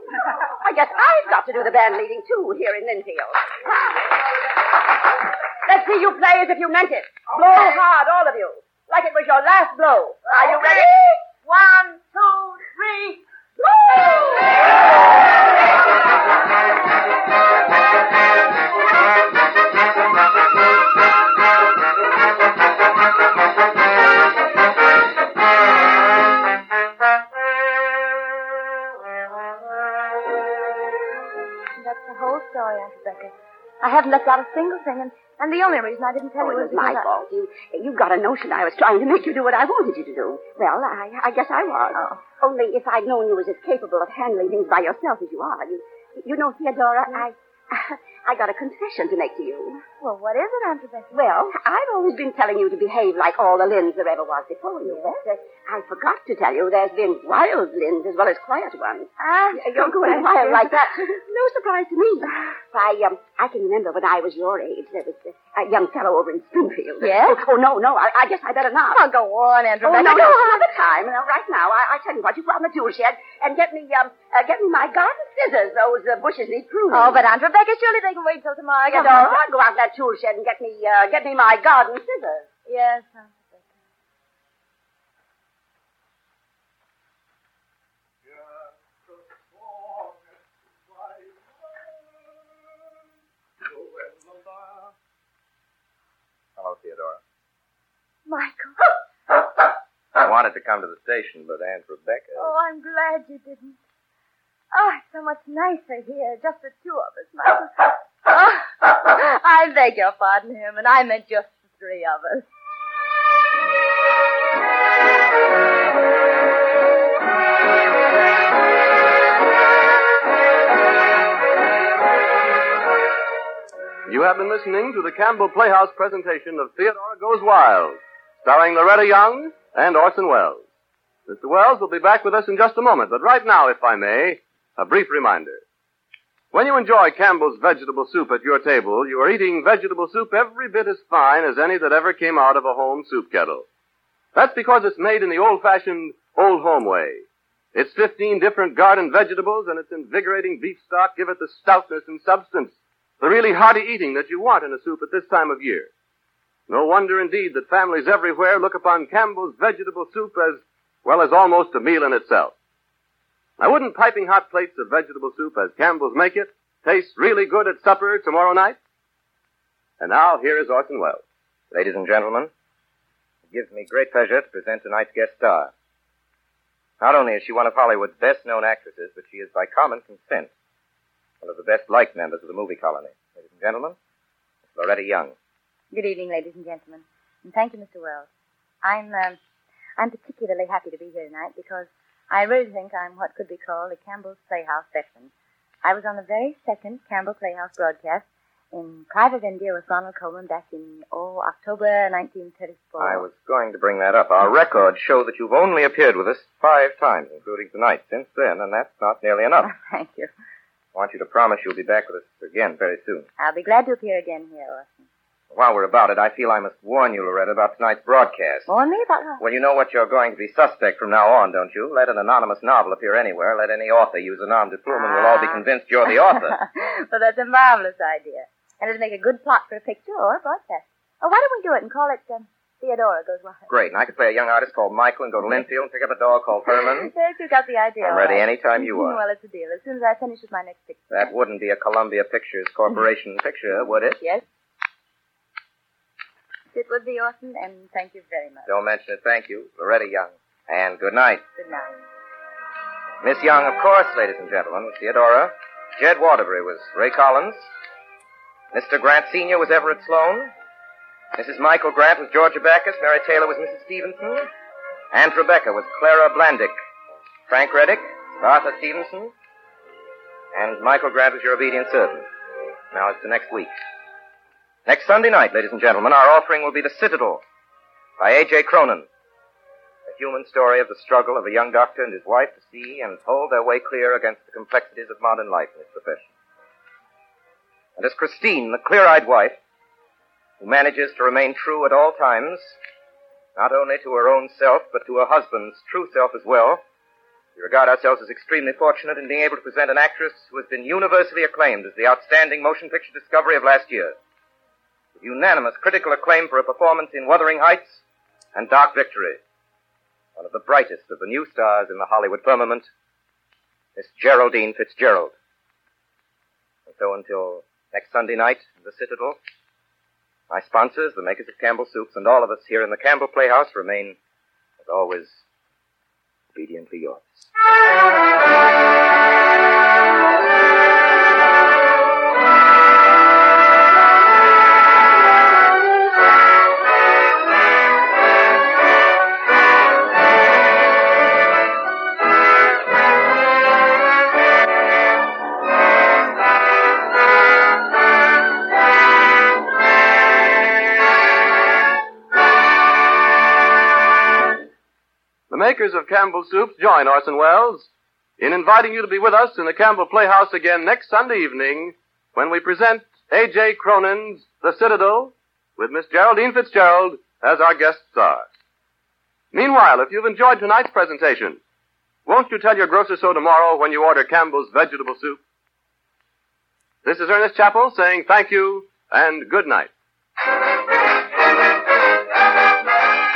D: I guess I've got to do the band leading too here in Linfield. Let's see you play as if you meant it. Blow hard, all of you, like it was your last blow. Are you ready? One, two, three.
I: That's the whole story, Aunt Rebecca. I haven't left out a single thing, and, and the only reason I didn't tell
D: Oh,
I: you
D: it was
I: because
D: my
I: I-
D: fault. You, you got a notion I was trying to make you do what I wanted you to do. Well, I, I guess I was. Only if I'd known you was as capable of handling things by yourself as you are, you, you know, Theodora, I, (laughs) I got a confession to make to you.
I: Well, what is it, Aunt Rebecca?
D: Well, I've always been telling you to behave like all the Lynns there ever was before you, but uh, I forgot to tell you there's been wild Lynns as well as quiet ones.
I: Ah,
D: You're going
I: (laughs)
D: wild like that. No surprise to me. I, um, I can remember when I was your age, there was uh, a young fellow over in Springfield.
I: Yes?
D: (laughs) Oh, oh, no, no, I, I guess I better not.
I: Oh, go on, Aunt
D: Oh, no,
I: Rebecca.
D: no, another time. Now, right now, I, I tell you what, you go out in the tool shed and get me, um, uh, get me my garden scissors. Those uh, bushes need pruning.
I: Oh, but Aunt Rebecca, surely they can wait till tomorrow.
D: Get
I: Come on.
D: over, go out in that tool shed and get me, uh, get me my garden scissors.
I: Yes, uh, Aunt Rebecca.
C: Hello, Theodora.
I: Michael.
C: I wanted to come to the station, but Aunt Rebecca.
I: Oh, I'm glad you didn't. Oh, it's so much nicer here, just the two of us,
D: (laughs)
I: Michael. Oh, I beg your pardon, Herman. I meant just the three of us.
B: You have been listening to the Campbell Playhouse presentation of Theodora Goes Wild, starring Loretta Young and Orson Welles. Mr. Wells will be back with us in just a moment, but right now, if I may, a brief reminder. When you enjoy Campbell's vegetable soup at your table, you are eating vegetable soup every bit as fine as any that ever came out of a home soup kettle. That's because it's made in the old-fashioned, old-home way. Its 15 different garden vegetables and its invigorating beef stock give it the stoutness and substance the really hearty eating that you want in a soup at this time of year. No wonder indeed that families everywhere look upon Campbell's vegetable soup as well as almost a meal in itself. Now wouldn't piping hot plates of vegetable soup as Campbell's make it taste really good at supper tomorrow night? And now here is Orson Welles.
C: Ladies and gentlemen, it gives me great pleasure to present tonight's guest star. Not only is she one of Hollywood's best known actresses, but she is by common consent one of the best liked members of the movie colony. Ladies and gentlemen, Miss Loretta Young.
I: Good evening, ladies and gentlemen, and thank you, Mr. Wells. I'm um, I'm particularly happy to be here tonight because I really think I'm what could be called a Campbell's Playhouse veteran. I was on the very second Campbell Playhouse broadcast in Private India with Ronald Coleman back in oh October 1934.
C: I was going to bring that up. Our records show that you've only appeared with us five times, including tonight, since then, and that's not nearly enough.
I: (laughs) Thank you.
C: I want you to promise you'll be back with us again very soon.
I: I'll be glad to appear again here.
C: While we're about it, I feel I must warn you, Loretta, about tonight's broadcast.
I: Warn me about what?
C: Well, you know what you're going to be suspect from now on, don't you? Let an anonymous novel appear anywhere. Let any author use a nom de plume, and we'll all be
I: Ah.
C: convinced you're the
I: (laughs)
C: author.
I: well, that's a marvelous idea, and it'll make a good plot for a picture or a broadcast. Oh, why don't we do it and call it um, Theodora Goes Wild?
C: Great. And I could play a young artist called Michael and go to Linfield and pick up a dog called Herman.
I: Yes, you got the idea.
C: I'm
I: all
C: ready
I: right.
C: any time you are.
I: Well, it's a deal. As soon as I finish with my next picture.
C: That wouldn't be a Columbia Pictures Corporation picture, would it?
I: Yes. It would be awesome, and thank you very much.
C: Don't mention it. Thank you. Loretta Young. And good night.
I: Good night.
C: Miss Young, of course, ladies and gentlemen, was Theodora. Jed Waterbury was Ray Collins. Mr. Grant Sr. was Everett Sloan. Mrs. Michael Grant was Georgia Backus. Mary Taylor was Mrs. Stevenson. Aunt Rebecca was Clara Blandick. Frank Reddick, Arthur Stevenson. And Michael Grant was your obedient servant. Now it's the next week. Next Sunday night, ladies and gentlemen, our offering will be The Citadel by A.J. Cronin. A human story of the struggle of a young doctor and his wife to see and hold their way clear against the complexities of modern life and its profession. And as Christine, the clear eyed wife, who manages to remain true at all times, not only to her own self, but to her husband's true self as well, we regard ourselves as extremely fortunate in being able to present an actress who has been universally acclaimed as the outstanding motion picture discovery of last year. With unanimous critical acclaim for her performance in Wuthering Heights and Dark Victory. One of the brightest of the new stars in the Hollywood firmament, Miss Geraldine Fitzgerald. And so until next Sunday night in the Citadel, my sponsors, the makers of Campbell Soups, and all of us here in the Campbell Playhouse remain, as always, obediently yours.
R: The makers of Campbell Soups join Orson Welles in inviting you to be with us in the Campbell Playhouse again next Sunday evening when we present A.J. Cronin's The Citadel with Miss Geraldine Fitzgerald as our guest star. Meanwhile, if you've enjoyed tonight's presentation, won't you tell your grocer so tomorrow when you order Campbell's vegetable soup? This is Ernest Chappell saying thank you and good night.